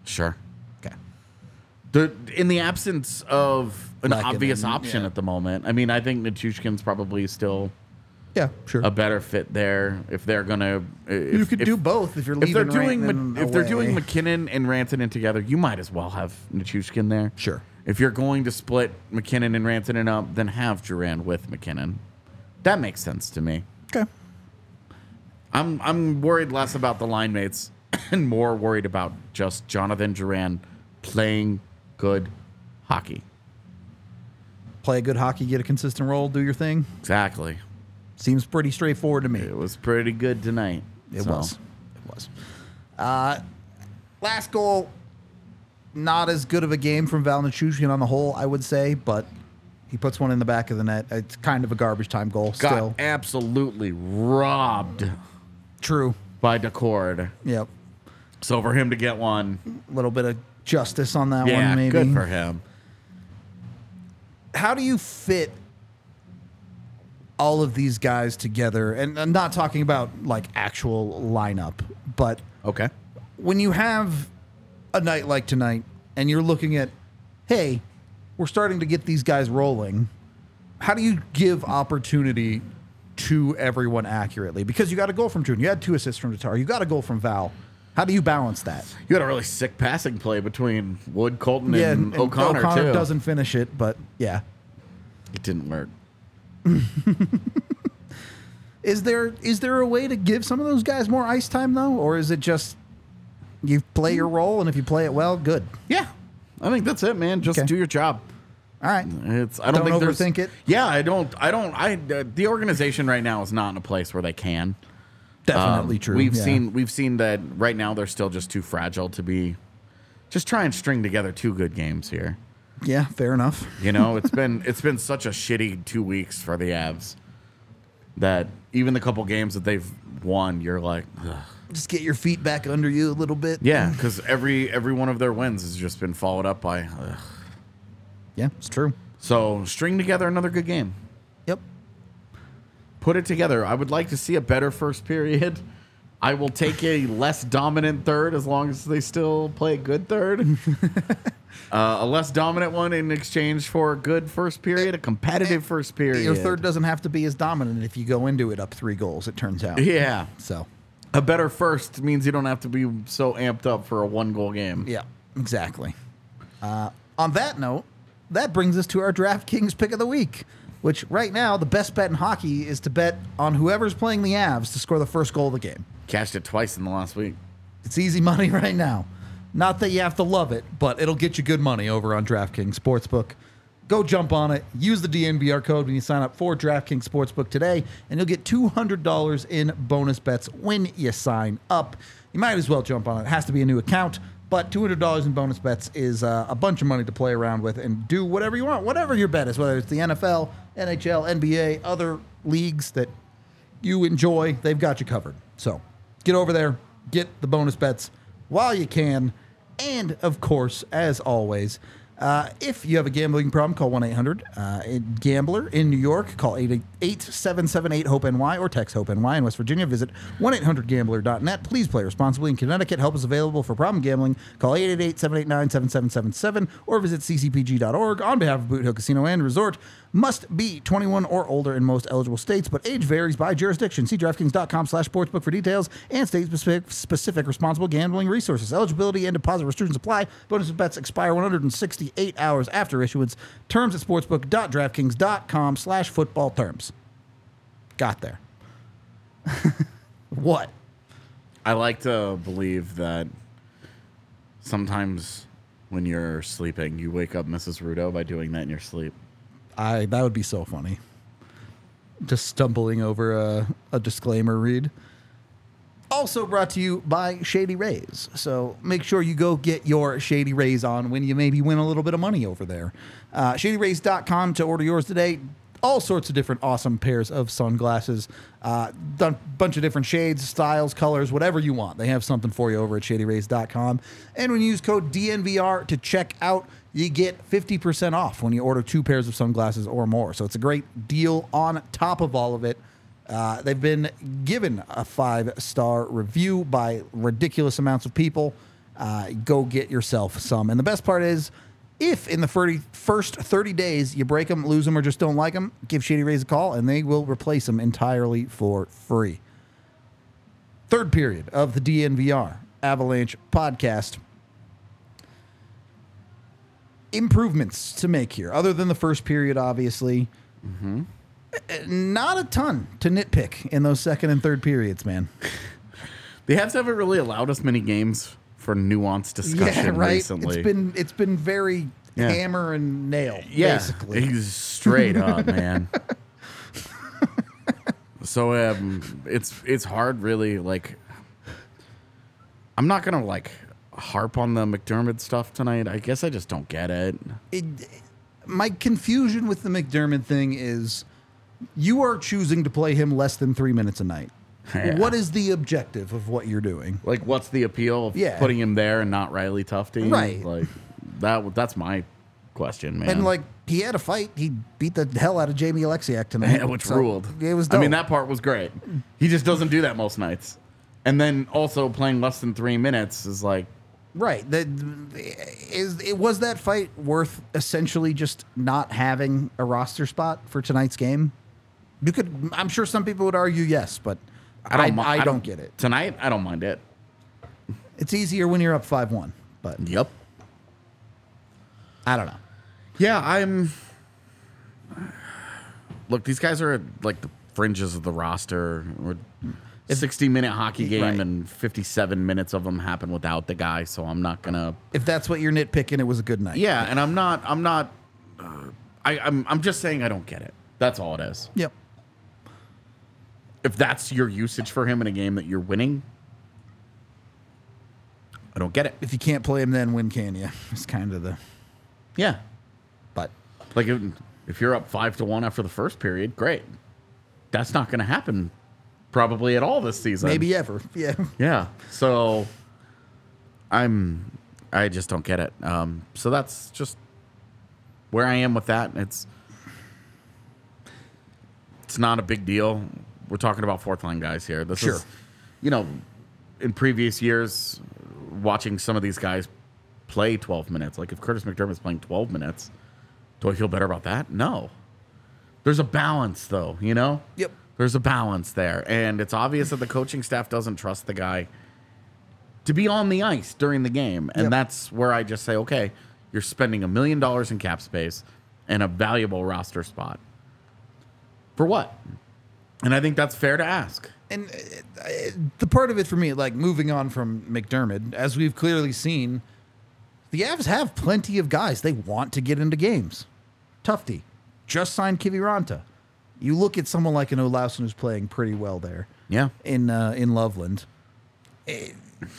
S2: Sure.
S1: Okay.
S2: The, in the absence of an
S1: Like an-
S2: obvious option
S1: yeah.
S2: at the moment, I mean, I think Natushkin's probably still
S1: Yeah, sure.
S2: a better fit there if they're gonna. uh, If,
S1: you could
S2: Um, if-
S1: do both if you're leaving.
S2: If they're doing
S1: Rantanen
S2: Ma- if they're
S1: away.
S2: doing McKinnon and Rantanen together, you might as well have Nichushkin there.
S1: Sure.
S2: If you're going to split McKinnon and Rantanen up, then have Duran with McKinnon. That makes sense to me.
S1: okay.
S2: I'm I'm worried less about the line mates and more worried about just Jonathan Duran playing good hockey.
S1: play a good hockey, get a consistent role, do your thing.
S2: Exactly.
S1: Seems pretty straightforward to me.
S2: It was pretty good tonight.
S1: It
S2: So,
S1: was. It was. Uh, last goal, not as good of a game from Valnichushin on the whole, I would say, but he puts one in the back of the net. It's kind of a garbage time goal.
S2: Got
S1: Still
S2: absolutely robbed
S1: true.
S2: by Decord.
S1: Yep.
S2: So for him to get one,
S1: A little bit of justice on that
S2: yeah,
S1: one, maybe.
S2: good for him.
S1: how do you fit all of these guys together? And I'm not talking about like actual lineup, but
S2: Okay.
S1: when you have a night like tonight and you're looking at, hey, we're starting to get these guys rolling, how do you give opportunity to everyone accurately? Because you got a goal from June, you had two assists from Tatar, you got a goal from Val. How do you balance that?
S2: You had a really sick passing play between Wood, Colton, and, O'Connor, too.
S1: doesn't finish it, but yeah.
S2: It didn't work.
S1: Is there is there a way to give some of those guys more ice time though, or is it just you play your role and if you play it well, good.
S2: Yeah, I think that's it, man. Just
S1: Okay.
S2: do your job.
S1: All right.
S2: It's I don't,
S1: Don't
S2: think there's-
S1: overthink it.
S2: Yeah, I don't. I don't. I uh, the organization right now is not in a place where they can. Um,
S1: Definitely true.
S2: We've
S1: yeah.
S2: seen we've seen that right now they're still just too fragile to be. Just try and string together two good games here.
S1: Yeah, fair enough.
S2: You know, it's been it's been such a shitty two weeks for the Avs that even the couple games that they've won, you're like, Ugh.
S1: Just get your feet back under you a little bit.
S2: yeah, because every every one of their wins has just been followed up by. Ugh.
S1: Yeah, it's true.
S2: So string together another good game.
S1: Yep.
S2: Put it together. I would like to see a better first period. I will take a less dominant third as long as they still play a good third. uh, a less dominant one in exchange for a good first period, a competitive first period.
S1: Your third doesn't have to be as dominant if you go into it up three goals, it turns out.
S2: Yeah.
S1: So,
S2: A better first means you don't have to be so amped up for a one goal game.
S1: yeah, exactly. Uh, on that note, that brings us to our DraftKings pick of the week, which right now, the best bet in hockey is to bet on whoever's playing the Avs to score the first goal of the game.
S2: Cashed it twice in the last week.
S1: It's easy money right now. Not that you have to love it, but it'll get you good money over on DraftKings Sportsbook. Go jump on it. Use the DNVR code when you sign up for DraftKings Sportsbook today, and you'll get $200 in bonus bets when you sign up. You might as well jump on it. It has to be a new account. But two hundred dollars in bonus bets is uh, a bunch of money to play around with and do whatever you want, whatever your bet is, whether it's the NFL, NHL, NBA, other leagues that you enjoy. They've got you covered. So get over there, get the bonus bets while you can, and of course, as always. Uh, if you have a gambling problem, call 1 800 uh, Gambler in New York. Call 877 HOPE NY or text HOPE NY in West Virginia. Visit 1 800 Gambler.net. Please play responsibly. In Connecticut, help is available for problem gambling. Call 888 789 7777 or visit ccpg.org. On behalf of Boot Hill Casino and Resort, must be 21 or older in most eligible states, but age varies by jurisdiction. See DraftKings.com slash sportsbook for details and state specific, specific responsible gambling resources. Eligibility and deposit restrictions apply. Bonus bets expire 168 hours after issuance. Terms at sportsbook.draftkings.com slash football terms. Got there. what?
S2: I like to believe that sometimes when you're sleeping, you wake up Mrs. Rudo by doing that in your sleep.
S1: I that would be so funny. Just stumbling over a, a disclaimer read. Also brought to you by Shady Rays. So make sure you go get your Shady Rays on when you maybe win a little bit of money over there. Uh, ShadyRays.com to order yours today. All sorts of different awesome pairs of sunglasses. Uh, done a bunch of different shades, styles, colors, whatever you want. They have something for you over at ShadyRays.com. And when you use code DNVR to check out, you get 50% off when you order two pairs of sunglasses or more. So it's a great deal on top of all of it. Uh, they've been given a five star review by ridiculous amounts of people. Uh, go get yourself some. And the best part is, if in the 30, first 30 days you break them, lose them, or just don't like them, give Shady Rays a call and they will replace them entirely for free. Third period of the DNVR Avalanche podcast improvements to make here, other than the first period, obviously. Mm-hmm. Not a ton to nitpick in those second and third periods, man.
S2: The Habs haven't really allowed us many games for nuanced discussion recently.
S1: It's been it's been very
S2: Yeah.
S1: hammer and nail,
S2: yeah,
S1: basically.
S2: he's straight up, man. so um, it's it's hard, really. Like, I'm not gonna like harp on the McDermott stuff tonight. I guess I just don't get it.
S1: it, my confusion with the McDermott thing is you are choosing to play him less than three minutes a night.
S2: Yeah.
S1: What is the objective of what you're doing?
S2: Like, what's the appeal of
S1: Yeah.
S2: putting him there and not Riley Tufty?
S1: Right.
S2: Like that. That's my question, man.
S1: And like he had a fight, he beat the hell out of Jamie Alexiak tonight,
S2: Yeah, which
S1: So,
S2: ruled.
S1: It was.
S2: I mean,
S1: dope.
S2: that part was great. He just doesn't do that most nights. And then also playing less than three minutes is like,
S1: right. That is. It was that fight worth essentially just not having a roster spot for tonight's game. You could. I'm sure some people would argue yes, but
S2: I don't. mi-
S1: I, don't get it.
S2: tonight. I don't mind it.
S1: It's easier when you're up five one, but
S2: Yep.
S1: I don't know.
S2: Yeah, I'm. Look, these guys are at, like the fringes of the roster. We're a 60 minute hockey game,
S1: Right.
S2: and 57 minutes of them happen without the guy. So I'm not gonna
S1: If that's what you're nitpicking, it was a good night.
S2: Yeah, and I'm not. I'm not. Uh, I, I'm. I'm just saying I don't get it. That's all it is.
S1: Yep.
S2: If that's your usage for him in a game that you're winning, I don't get it.
S1: If you can't play him, then when can you? It's kind of the.
S2: Yeah,
S1: But
S2: like if, if you're up five to one after the first period, great. That's not going to happen, probably at all this season.
S1: maybe ever. Yeah.
S2: Yeah. So, I'm. I just don't get it. Um. So that's just where I am with that. It's. It's not a big deal. We're talking about fourth line guys here. This
S1: Sure.
S2: is, you know, in previous years, watching some of these guys play 12 minutes. Like if Curtis McDermott's playing 12 minutes, do I feel better about that? No. There's a balance though, you know?
S1: Yep.
S2: There's a balance there. And it's obvious that the coaching staff doesn't trust the guy to be on the ice during the game. And
S1: Yep.
S2: that's where I just say, okay, you're spending a million dollars in cap space and a valuable roster spot. For what? And I think that's fair to ask.
S1: And uh, uh, the part of it for me, like moving on from McDermott, as we've clearly seen, the Avs have plenty of guys they want to get into games. Tufty just signed Kiviranta. You look at someone like an Olausen who's playing pretty well there.
S2: Yeah.
S1: in uh, in Loveland. Eh,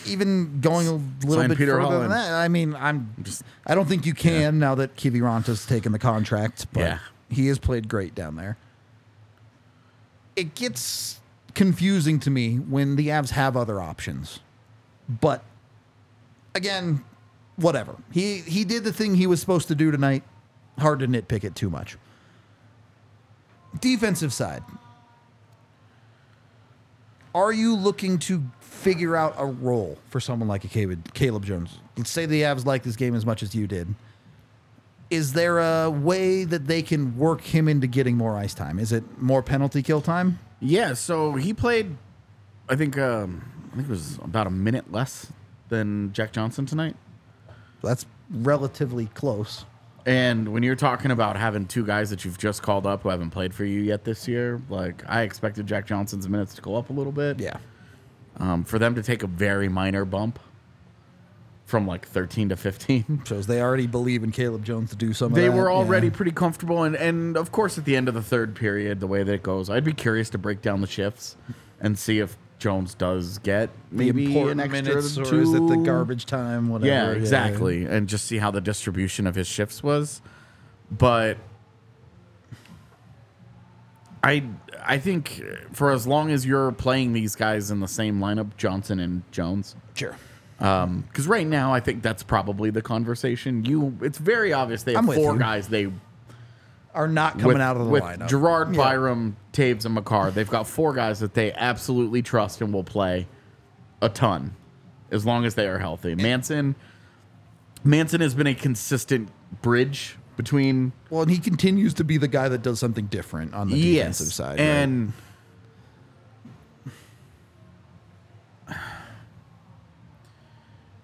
S1: even going a little
S2: Sign
S1: bit
S2: Peter
S1: further than
S2: Holland.
S1: that, I mean, I'm just, I don't think you can now that Kiviranta's taken the contract, but
S2: Yeah.
S1: he has played great down there. It gets confusing to me when the Avs have other options, but again, whatever. He he did the thing he was supposed to do tonight. Hard to nitpick it too much. Defensive side. Are you looking to figure out a role for someone like a Caleb, Caleb Jones? Let's say the Avs like this game as much as you did. Is there a way that they can work him into getting more ice time? Is it more penalty kill time?
S2: Yeah, so he played. I think um, I think it was about a minute less than Jack Johnson tonight.
S1: That's relatively close.
S2: And when you're talking about having two guys that you've just called up who haven't played for you yet this year, like I expected Jack Johnson's minutes to go up a little bit.
S1: Yeah.
S2: Um, for them to take a very minor bump from like 13 to 15.
S1: Shows they already believe in Caleb Jones to do some of
S2: They
S1: that,
S2: were
S1: yeah.
S2: already pretty comfortable, and, and of course, at the end of the third period, the way that it goes, I'd be curious to break down the shifts and see if Jones does get maybe an extra
S1: or is it the
S2: two-
S1: garbage time? Whatever.
S2: Yeah, exactly. And just see how the distribution of his shifts was. But I I think for as long as you're playing these guys in the same lineup, Johnson and Jones,
S1: Sure.
S2: because right now I think that's probably the conversation. You, it's very obvious they have
S1: I'm with
S2: four
S1: you.
S2: guys they
S1: Are not coming
S2: with-
S1: out of the
S2: with
S1: lineup.
S2: Gerard, Byram, Taves, and McCarr. They've got four guys that they absolutely trust and will play a ton as long as they are healthy. Manson, Manson has been a consistent bridge between
S1: well, and he continues to be the guy that does something different on the
S2: yes,
S1: defensive side. right?
S2: and.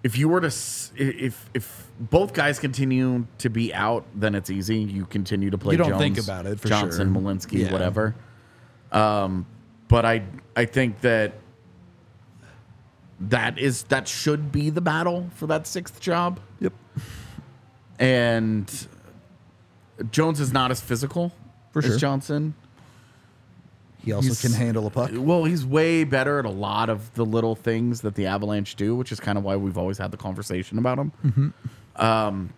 S2: If you were to, s- i- if if both guys continue to be out, then it's easy. You continue to play.
S1: You don't
S2: Jones,
S1: think about it, for
S2: Johnson,
S1: sure.
S2: Malinsky,
S1: Yeah.
S2: whatever. Um, but I I think that that is that should be the battle for that sixth job.
S1: yep.
S2: And Jones is not as physical
S1: For
S2: as
S1: sure.
S2: Johnson.
S1: He also
S2: he's-
S1: can handle a puck.
S2: Well, he's way better at a lot of the little things that the Avalanche do, which is kind of why we've always had the conversation about him. Um,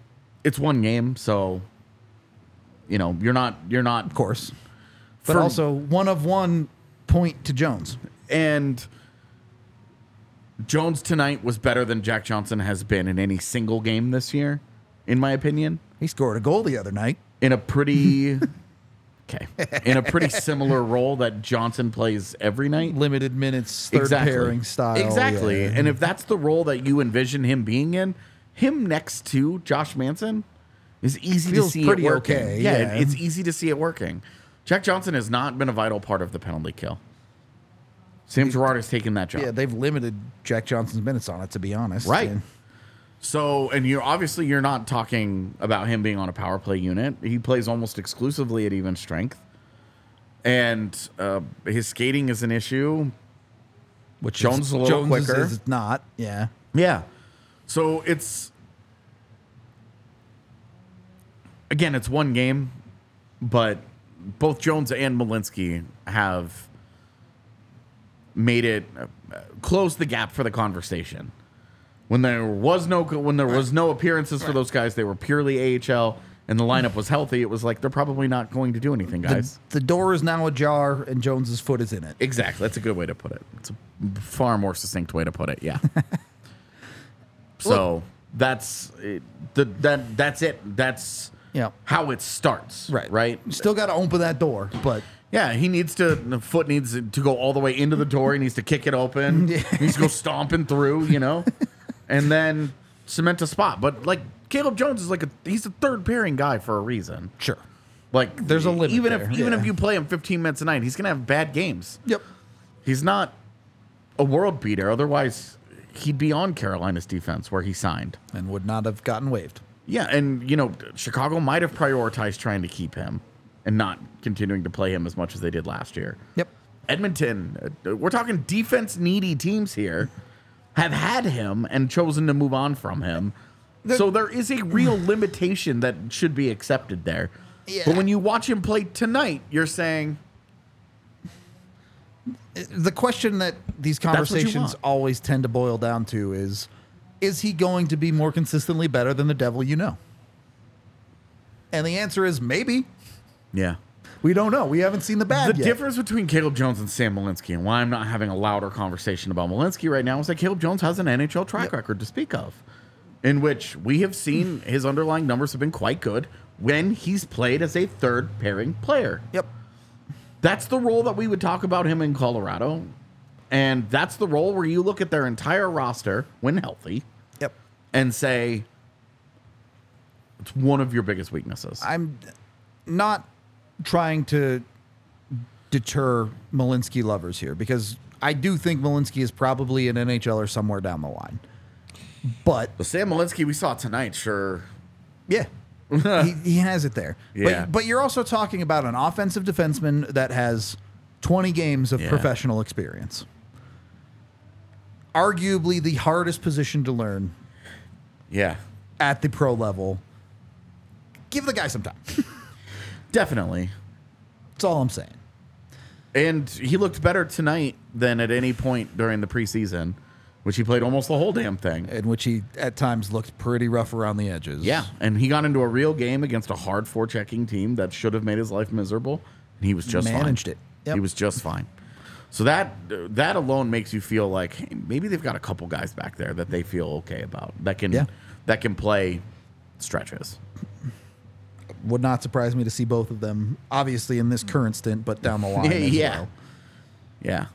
S2: it's one game, so you know you're not you're not
S1: Of course. But
S2: For-
S1: also one of one point to Jones.
S2: And Jones tonight was better than Jack Johnson has been in any single game this year, in my opinion.
S1: He scored a goal the other night.
S2: In a pretty okay, in a pretty similar role that Johnson plays every night.
S1: Limited minutes, third pairing style.
S2: Exactly.
S1: yeah.
S2: And if that's the role that you envision him being in, him next to Josh Manson is easy
S1: Feels
S2: to see
S1: pretty
S2: it working.
S1: okay,
S2: Yeah,
S1: yeah.
S2: it's easy to see it working. Jack Johnson has not been a vital part of the penalty kill. Sam Gerard has taken that job.
S1: yeah, they've limited Jack Johnson's minutes on it, to be honest.
S2: Right.
S1: And
S2: So, and you're obviously you're not talking about him being on a power play unit. He plays almost exclusively at even strength, and uh, his skating is an issue.
S1: Which
S2: Jones is a little
S1: Jones's
S2: quicker.
S1: Is not. Yeah.
S2: Yeah. So it's again, it's one game, but both Jones and Malinsky have made it uh, close the gap for the conversation. When there was no when there was no appearances for those guys, they were purely AHL, and the lineup was healthy. It was like they're probably not going to do anything, guys.
S1: The door is now ajar, and Jones's foot is in it.
S2: Exactly. That's a good way to put it. It's a far more succinct way to put it. Yeah. so that's it, the that that's it. That's
S1: Yeah.
S2: how it starts. Right.
S1: Still got to open that door, but
S2: Yeah, he needs to. The foot needs to go all the way into the door. He needs to kick it open. He needs to go stomping through, you know, and then cement a spot. But like Caleb Jones is like a he's a third pairing guy for a reason.
S1: sure.
S2: Like
S1: There's a limit
S2: even
S1: there,
S2: if even
S1: yeah.
S2: if you play him 15 minutes a night, he's gonna have bad games
S1: Yep.
S2: he's not a world beater. Otherwise, he'd be on Carolina's defense where he signed.
S1: And would not have gotten waived.
S2: Yeah, and you know Chicago might have prioritized trying to keep him and not continuing to play him as much as they did last year.
S1: Yep.
S2: Edmonton, uh, we're talking defense needy teams here, have had him and chosen to move on from him. so there is a real limitation that should be accepted there. But when you watch him play tonight, you're saying
S1: the question that these
S2: what you
S1: conversations
S2: want.
S1: always tend to boil down to is is he going to be more consistently better than the devil you know? And the answer is maybe.
S2: Yeah.
S1: We don't know. We haven't seen the bad
S2: The
S1: yet.
S2: difference between Caleb Jones and Sam Malinsky and why I'm not having a louder conversation about Malinsky right now is that Caleb Jones has an NHL track record to speak of, in which we have seen his underlying numbers have been quite good when he's played as a third pairing player.
S1: Yep.
S2: That's the role that we would talk about him in Colorado. And that's the role where you look at their entire roster when healthy
S1: Yep.
S2: and say, it's one of your biggest weaknesses.
S1: I'm not trying to deter Malinsky lovers here because I do think Malinsky is probably an NHLer er somewhere down the line. But
S2: the Sam Malinsky we saw tonight, sure.
S1: Yeah. he, he has it there.
S2: Yeah.
S1: But, but you're also talking about an offensive defenseman that has 20 games of
S2: Yeah.
S1: professional experience. Arguably the hardest position to learn
S2: Yeah.
S1: at the pro level. Give the guy some time.
S2: Definitely.
S1: That's all I'm saying.
S2: And he looked better tonight than at any point during the preseason, which he played almost the whole damn thing.
S1: In which he at times looked pretty rough around the edges.
S2: Yeah. And he got into a real game against a hard four checking team that should have made his life miserable. And he was just
S1: Managed
S2: fine.
S1: it. Yep.
S2: He was just fine. So that that alone makes you feel like hey, maybe they've got a couple guys back there that they feel okay about that can
S1: Yeah.
S2: that can play stretches.
S1: Would not surprise me to see both of them, obviously in this current stint, but down the line. as
S2: yeah.
S1: well.
S2: Yeah.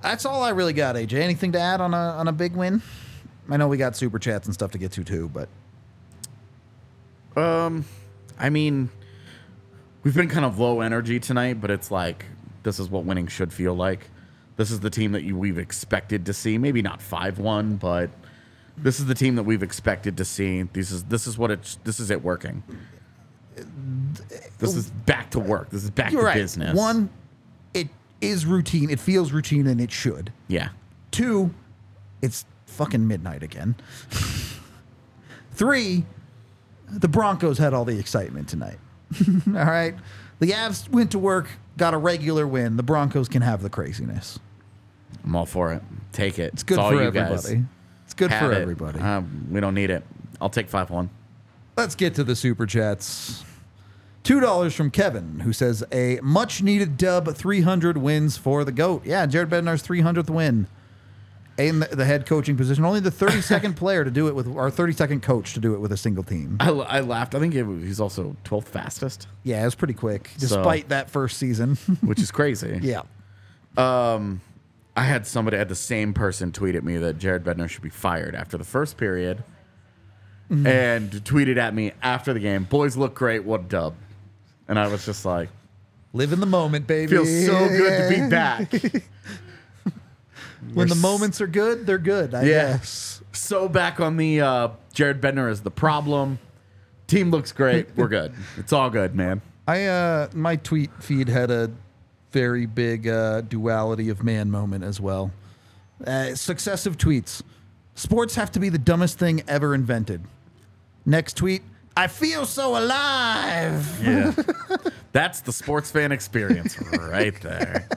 S1: That's all I really got, AJ. Anything to add on a on a big win? I know we got super chats and stuff to get to too, but
S2: I mean, we've been kind of low energy tonight, but it's like this is what winning should feel like. This is the team that you, we've expected to see. Maybe not five one, but this is the team that we've expected to see. This is this is what it's this is it working. This is back to work. This is back to business.
S1: One, it is routine. It feels routine, and it should.
S2: yeah,
S1: Two, it's fucking midnight again. Three, the Broncos had all the excitement tonight. all right, the Avs went to work, got a regular win. The Broncos can have the craziness.
S2: I'm all for it. Take it. It's
S1: Good
S2: all
S1: for
S2: you guys.
S1: everybody. It's good
S2: Have
S1: for
S2: it.
S1: everybody.
S2: Um, we don't need it. I'll take five one.
S1: Let's get to the super chats. Two dollars from Kevin, who says a much needed dub, three hundred wins for the goat. Yeah, Jared Bednar's three hundredth win in the, the head coaching position. Only the thirty second player to do it with, or thirty second coach to do it with a single team.
S2: I, I laughed. I think it was, he's also 12th fastest,
S1: Yeah, it was pretty quick, despite that first season.
S2: which is crazy.
S1: yeah,
S2: I had somebody, I had the same person tweet at me that Jared Bednar should be fired after the first period and tweeted at me after the game, boys look great, what a dub. And I was just like,
S1: live in the moment, baby.
S2: feels so good to be back.
S1: When the moments are good, they're good. I
S2: Yes.
S1: guess.
S2: so back on the uh, Jared Bednar is the problem. Team looks great. We're good. It's all good, man.
S1: I uh my tweet feed had a very big uh, duality of man moment as well. Uh, successive tweets. Sports have to be the dumbest thing ever invented. Next tweet. I feel so alive.
S2: Yeah. That's the sports fan experience right there.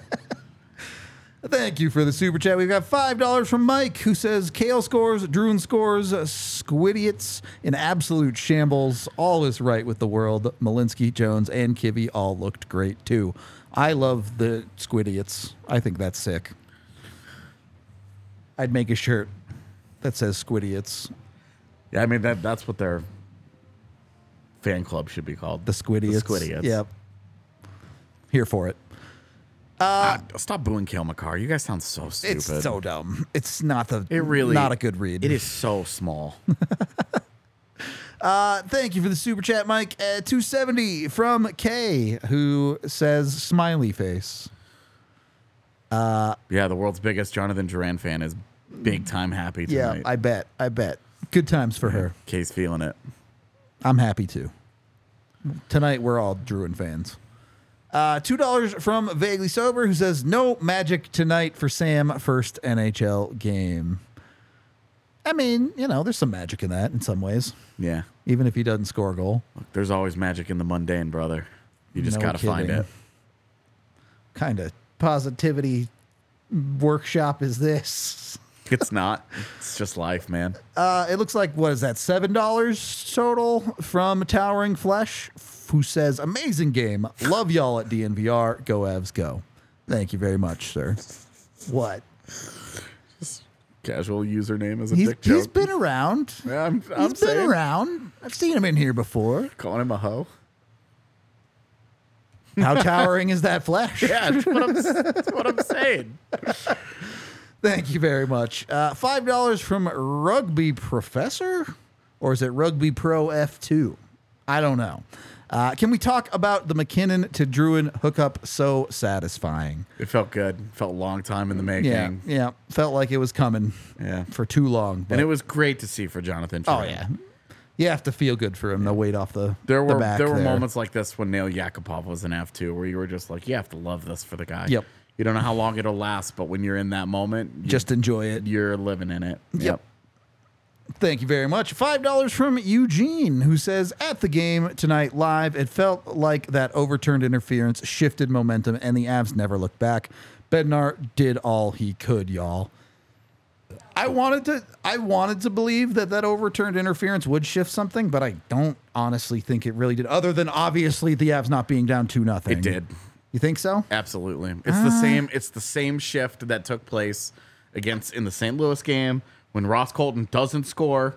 S1: Thank you for the super chat. We've got five dollars from Mike, who says Kale scores, Druin scores, Squidiots in absolute shambles. All is right with the world. Malinsky, Jones, and Kibby all looked great too. I love the Squidiots. I think that's sick. I'd make a shirt that says Squidiots.
S2: Yeah, I mean that that's what their fan club should be called.
S1: The Squidiots.
S2: Squidiots.
S1: Yep. Here for it.
S2: God, stop booing Kale McCarr. You guys sound so stupid.
S1: It's so dumb. It's not the.
S2: It really
S1: not a good read.
S2: It is so small.
S1: Thank you for the super chat, Mike. Uh, 270 from K, who says smiley face.
S2: yeah, the world's biggest Jonathan Duran fan is big time happy
S1: Yeah,
S2: tonight.
S1: I bet. I bet. Good times for her.
S2: Kay's feeling it.
S1: I'm happy too. Tonight we're all Druin fans. Uh, Two dollars from Vaguely Sober, who says no magic tonight for Sam first NHL game. I mean, you know, there's some magic in that in some ways,
S2: Yeah.
S1: even if he doesn't score a goal.
S2: Look, there's always magic in the mundane, brother. You just
S1: No
S2: gotta find
S1: kidding.
S2: it.
S1: Kind of positivity workshop is this?
S2: It's not. It's just life, man.
S1: Uh, it looks like what is that? Seven dollars total from Towering Flesh, who says, "Amazing game, love y'all at DNVR. Go Evs, go." Thank you very much, sir. What?
S2: Casual username is a
S1: He's
S2: dick joke.
S1: he's been around. He's
S2: Yeah, I'm, I'm saying,
S1: been around. I've seen him in here before.
S2: Calling him a hoe.
S1: How towering is that flesh?
S2: Yeah, that's what I'm, that's what I'm saying.
S1: Thank you very much. Uh, Five dollars from Rugby Professor, or is it Rugby Pro F two? I don't know. Uh, can we talk about the McKinnon to Druin hookup? So satisfying.
S2: It felt good. Felt a long time in the making.
S1: Yeah, yeah. Felt like it was coming
S2: Yeah.
S1: for too long. But
S2: And it was great to see for Jonathan.
S1: oh
S2: Cherov.
S1: yeah, you have to feel good for him. The weight off the
S2: There
S1: the
S2: were
S1: back
S2: there were moments like this when Neil Yakupov was in F two where you were just like, you have to love this for the guy.
S1: Yep.
S2: You don't know how long it'll last, but when you're in that moment, you,
S1: Just enjoy it.
S2: you're living in it.
S1: Yep. Thank you very much. Five dollars from Eugene, who says, "At the game tonight, live, it felt like that overturned interference shifted momentum, and the Avs never looked back. Bednar did all he could, y'all. I wanted to, I wanted to believe that that overturned interference would shift something, but I don't honestly think it really did. Other than obviously the Avs not being down two nothing,
S2: It did.
S1: You think so?
S2: Absolutely. It's the
S1: Uh.
S2: same it's the same shift that took place against in the St. Louis game when Ross Colton doesn't score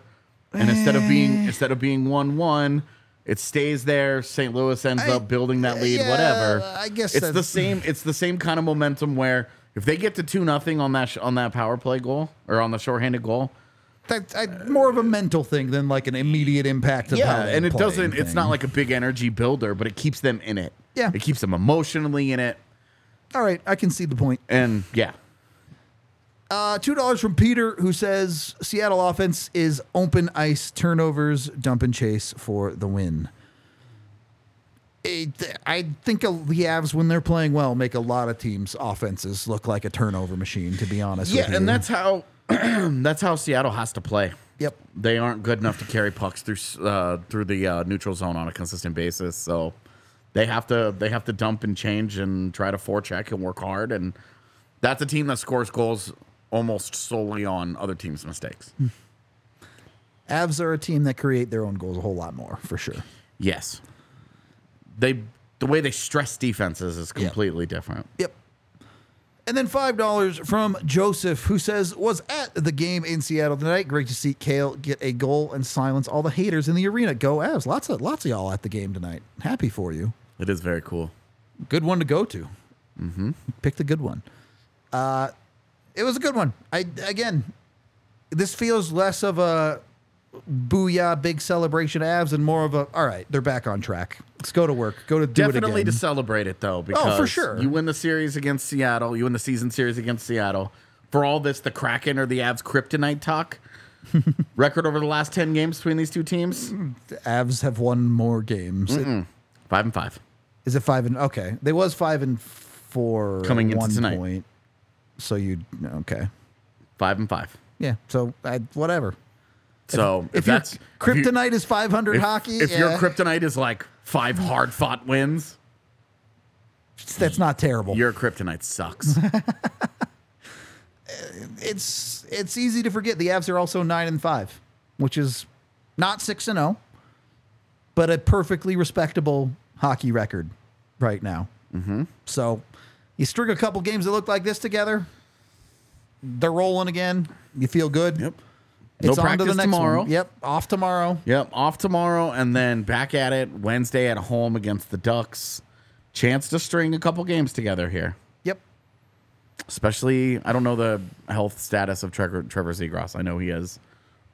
S2: and instead of
S1: Eh.
S2: being instead of being 1-1 it stays there. St. Louis ends
S1: I-
S2: up building that lead.
S1: yeah,
S2: whatever.
S1: I guess
S2: it's the
S1: that's-
S2: same. It's the same kind of momentum where if they get to two nothing on that sh- on that power play goal or on the shorthanded goal,
S1: That, I, more of a mental thing than like an immediate impact. Of how
S2: yeah,
S1: they're
S2: and it
S1: playing
S2: doesn't. It's
S1: thing.
S2: not like a big energy builder, but it keeps them in it.
S1: Yeah.
S2: it keeps them emotionally in it,
S1: all right. I can see the point.
S2: and yeah,
S1: Uh, Two dollars from Peter, who says Seattle offense is open ice turnovers, dump and chase for the win. It- I think uh, the Avs, when they're playing well, make a lot of teams' offenses look like a turnover machine. To be honest, with
S2: yeah,
S1: you.
S2: and that's how that's how Seattle has to play.
S1: Yep.
S2: they aren't good enough to carry pucks through s- uh, through the uh, neutral zone on a consistent basis, so they have to they have to dump and change and try to forecheck and work hard, and that's a team that scores goals almost solely on other teams' mistakes.
S1: Avs are a team that create their own goals a whole lot more for sure.
S2: Yes, they the way they stress defenses is completely different.
S1: Yep. And then five dollars from Joseph, who says was at the game in Seattle tonight. Great to see Kale get a goal and silence all the haters in the arena. Go Avs! Lots of lots of y'all at the game tonight. Happy for you.
S2: It is very cool.
S1: Good one to go to. Mm-hmm. Pick the good one. Uh, it was a good one. I again, this feels less of a booyah big celebration Avs and more of a all right. They're back on track. Let's go to work. Go to do it
S2: Definitely
S1: again. Oh,
S2: to celebrate it though, because
S1: sure.
S2: you win the series against Seattle, you win the season series against Seattle. For all this, the Kraken or the Avs kryptonite talk. Record over the last ten games between these two teams:
S1: Avs have won more
S2: Mm-hmm.
S1: games.
S2: five and five.
S1: Is it five and okay? They was five and four at
S2: Coming into
S1: one
S2: tonight.
S1: point. So you okay?
S2: Five and five.
S1: Yeah. So I, whatever.
S2: So if,
S1: If, your
S2: that's
S1: kryptonite is five hundred
S2: if,
S1: hockey, eh,
S2: if
S1: yeah,
S2: your kryptonite is like five hard fought wins,
S1: that's not terrible.
S2: your kryptonite sucks.
S1: It's it's easy to forget the Avs are also nine and five, which is not six and zero, but a perfectly respectable hockey record right now. Mm-hmm. So you string a couple games that look like this together, they're rolling again. You feel good.
S2: Yep. No
S1: It's on to
S2: practice
S1: the next
S2: tomorrow.
S1: one. Yep, off tomorrow.
S2: Yep, off tomorrow and then back at it Wednesday at home against the Ducks. Chance to string a couple games together here.
S1: Yep.
S2: Especially, I don't know the health status of Trevor, Trevor Zegras. I know he has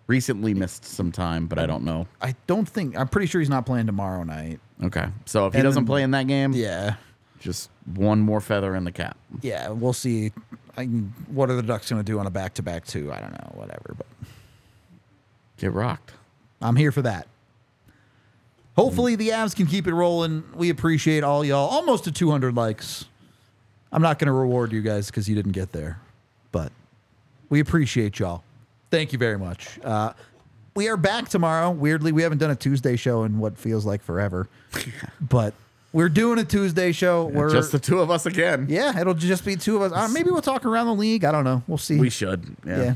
S2: recently missed some time, but I don't know.
S1: I don't think I'm pretty sure he's not playing tomorrow night.
S2: Okay, so if he
S1: And
S2: doesn't
S1: then-
S2: play in that game,
S1: Yeah.
S2: just one more feather in the cap.
S1: Yeah, we'll see. I, what are the Ducks going to do on a back-to-back too? I don't know, whatever, but
S2: Get rocked.
S1: I'm here for that. Hopefully the Avs can keep it rolling. We appreciate all y'all. Almost to 200 likes. I'm not going to reward you guys because you didn't get there, but we appreciate y'all. Thank you very much. Uh, we are back tomorrow. Weirdly, we haven't done a Tuesday show in what feels like forever, but We're doing a Tuesday show. We're
S2: Just the two of us again.
S1: yeah, it'll just be two of us. Uh, maybe we'll talk around the league. I don't know. We'll see.
S2: We should. Yeah.
S1: yeah.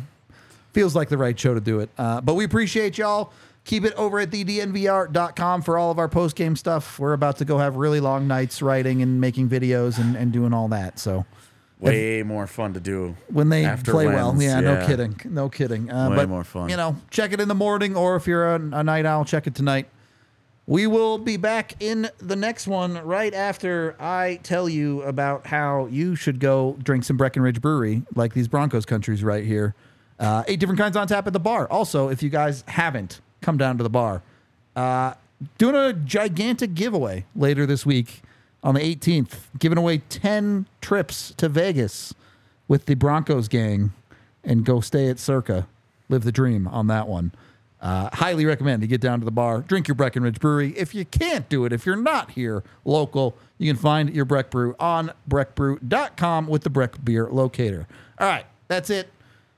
S1: Feels like the right show to do it. Uh, but we appreciate y'all. Keep it over at thednvr.com for all of our post game stuff. We're about to go have really long nights writing and making videos and, and doing all that. So
S2: Way more fun to do
S1: when they
S2: after
S1: play
S2: wins.
S1: well, yeah, no kidding, no kidding. Uh,
S2: Way
S1: but
S2: more fun.
S1: you know, check it in the morning, or if you're a, a night owl, check it tonight. We will be back in the next one right after I tell you about how you should go drink some Breckenridge Brewery, like these Broncos countries right here. Uh, eight different kinds on tap at the bar. Also, if you guys haven't, come down to the bar. Uh, doing a gigantic giveaway later this week on the 18th, giving away 10 trips to Vegas with the Broncos gang and go stay at Circa. Live the dream on that one. Uh, highly recommend you get down to the bar, drink your Breckenridge Brewery. If you can't do it, if you're not here local, you can find your Breck Brew on breckbrew.com with the Breck Beer Locator. All right, that's it.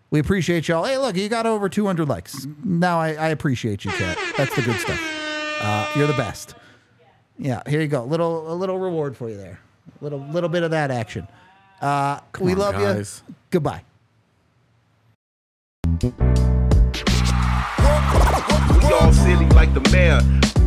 S1: We appreciate y'all. Hey, look, you got over 200 likes. Now I, I appreciate you, Kat. That's the good stuff. Uh, you're the best. Yeah, here you go. Little a little reward for you there. Little little bit of that action. Uh, we
S2: on,
S1: love
S2: guys.
S1: you. Goodbye.
S3: Y'all silly like the mayor.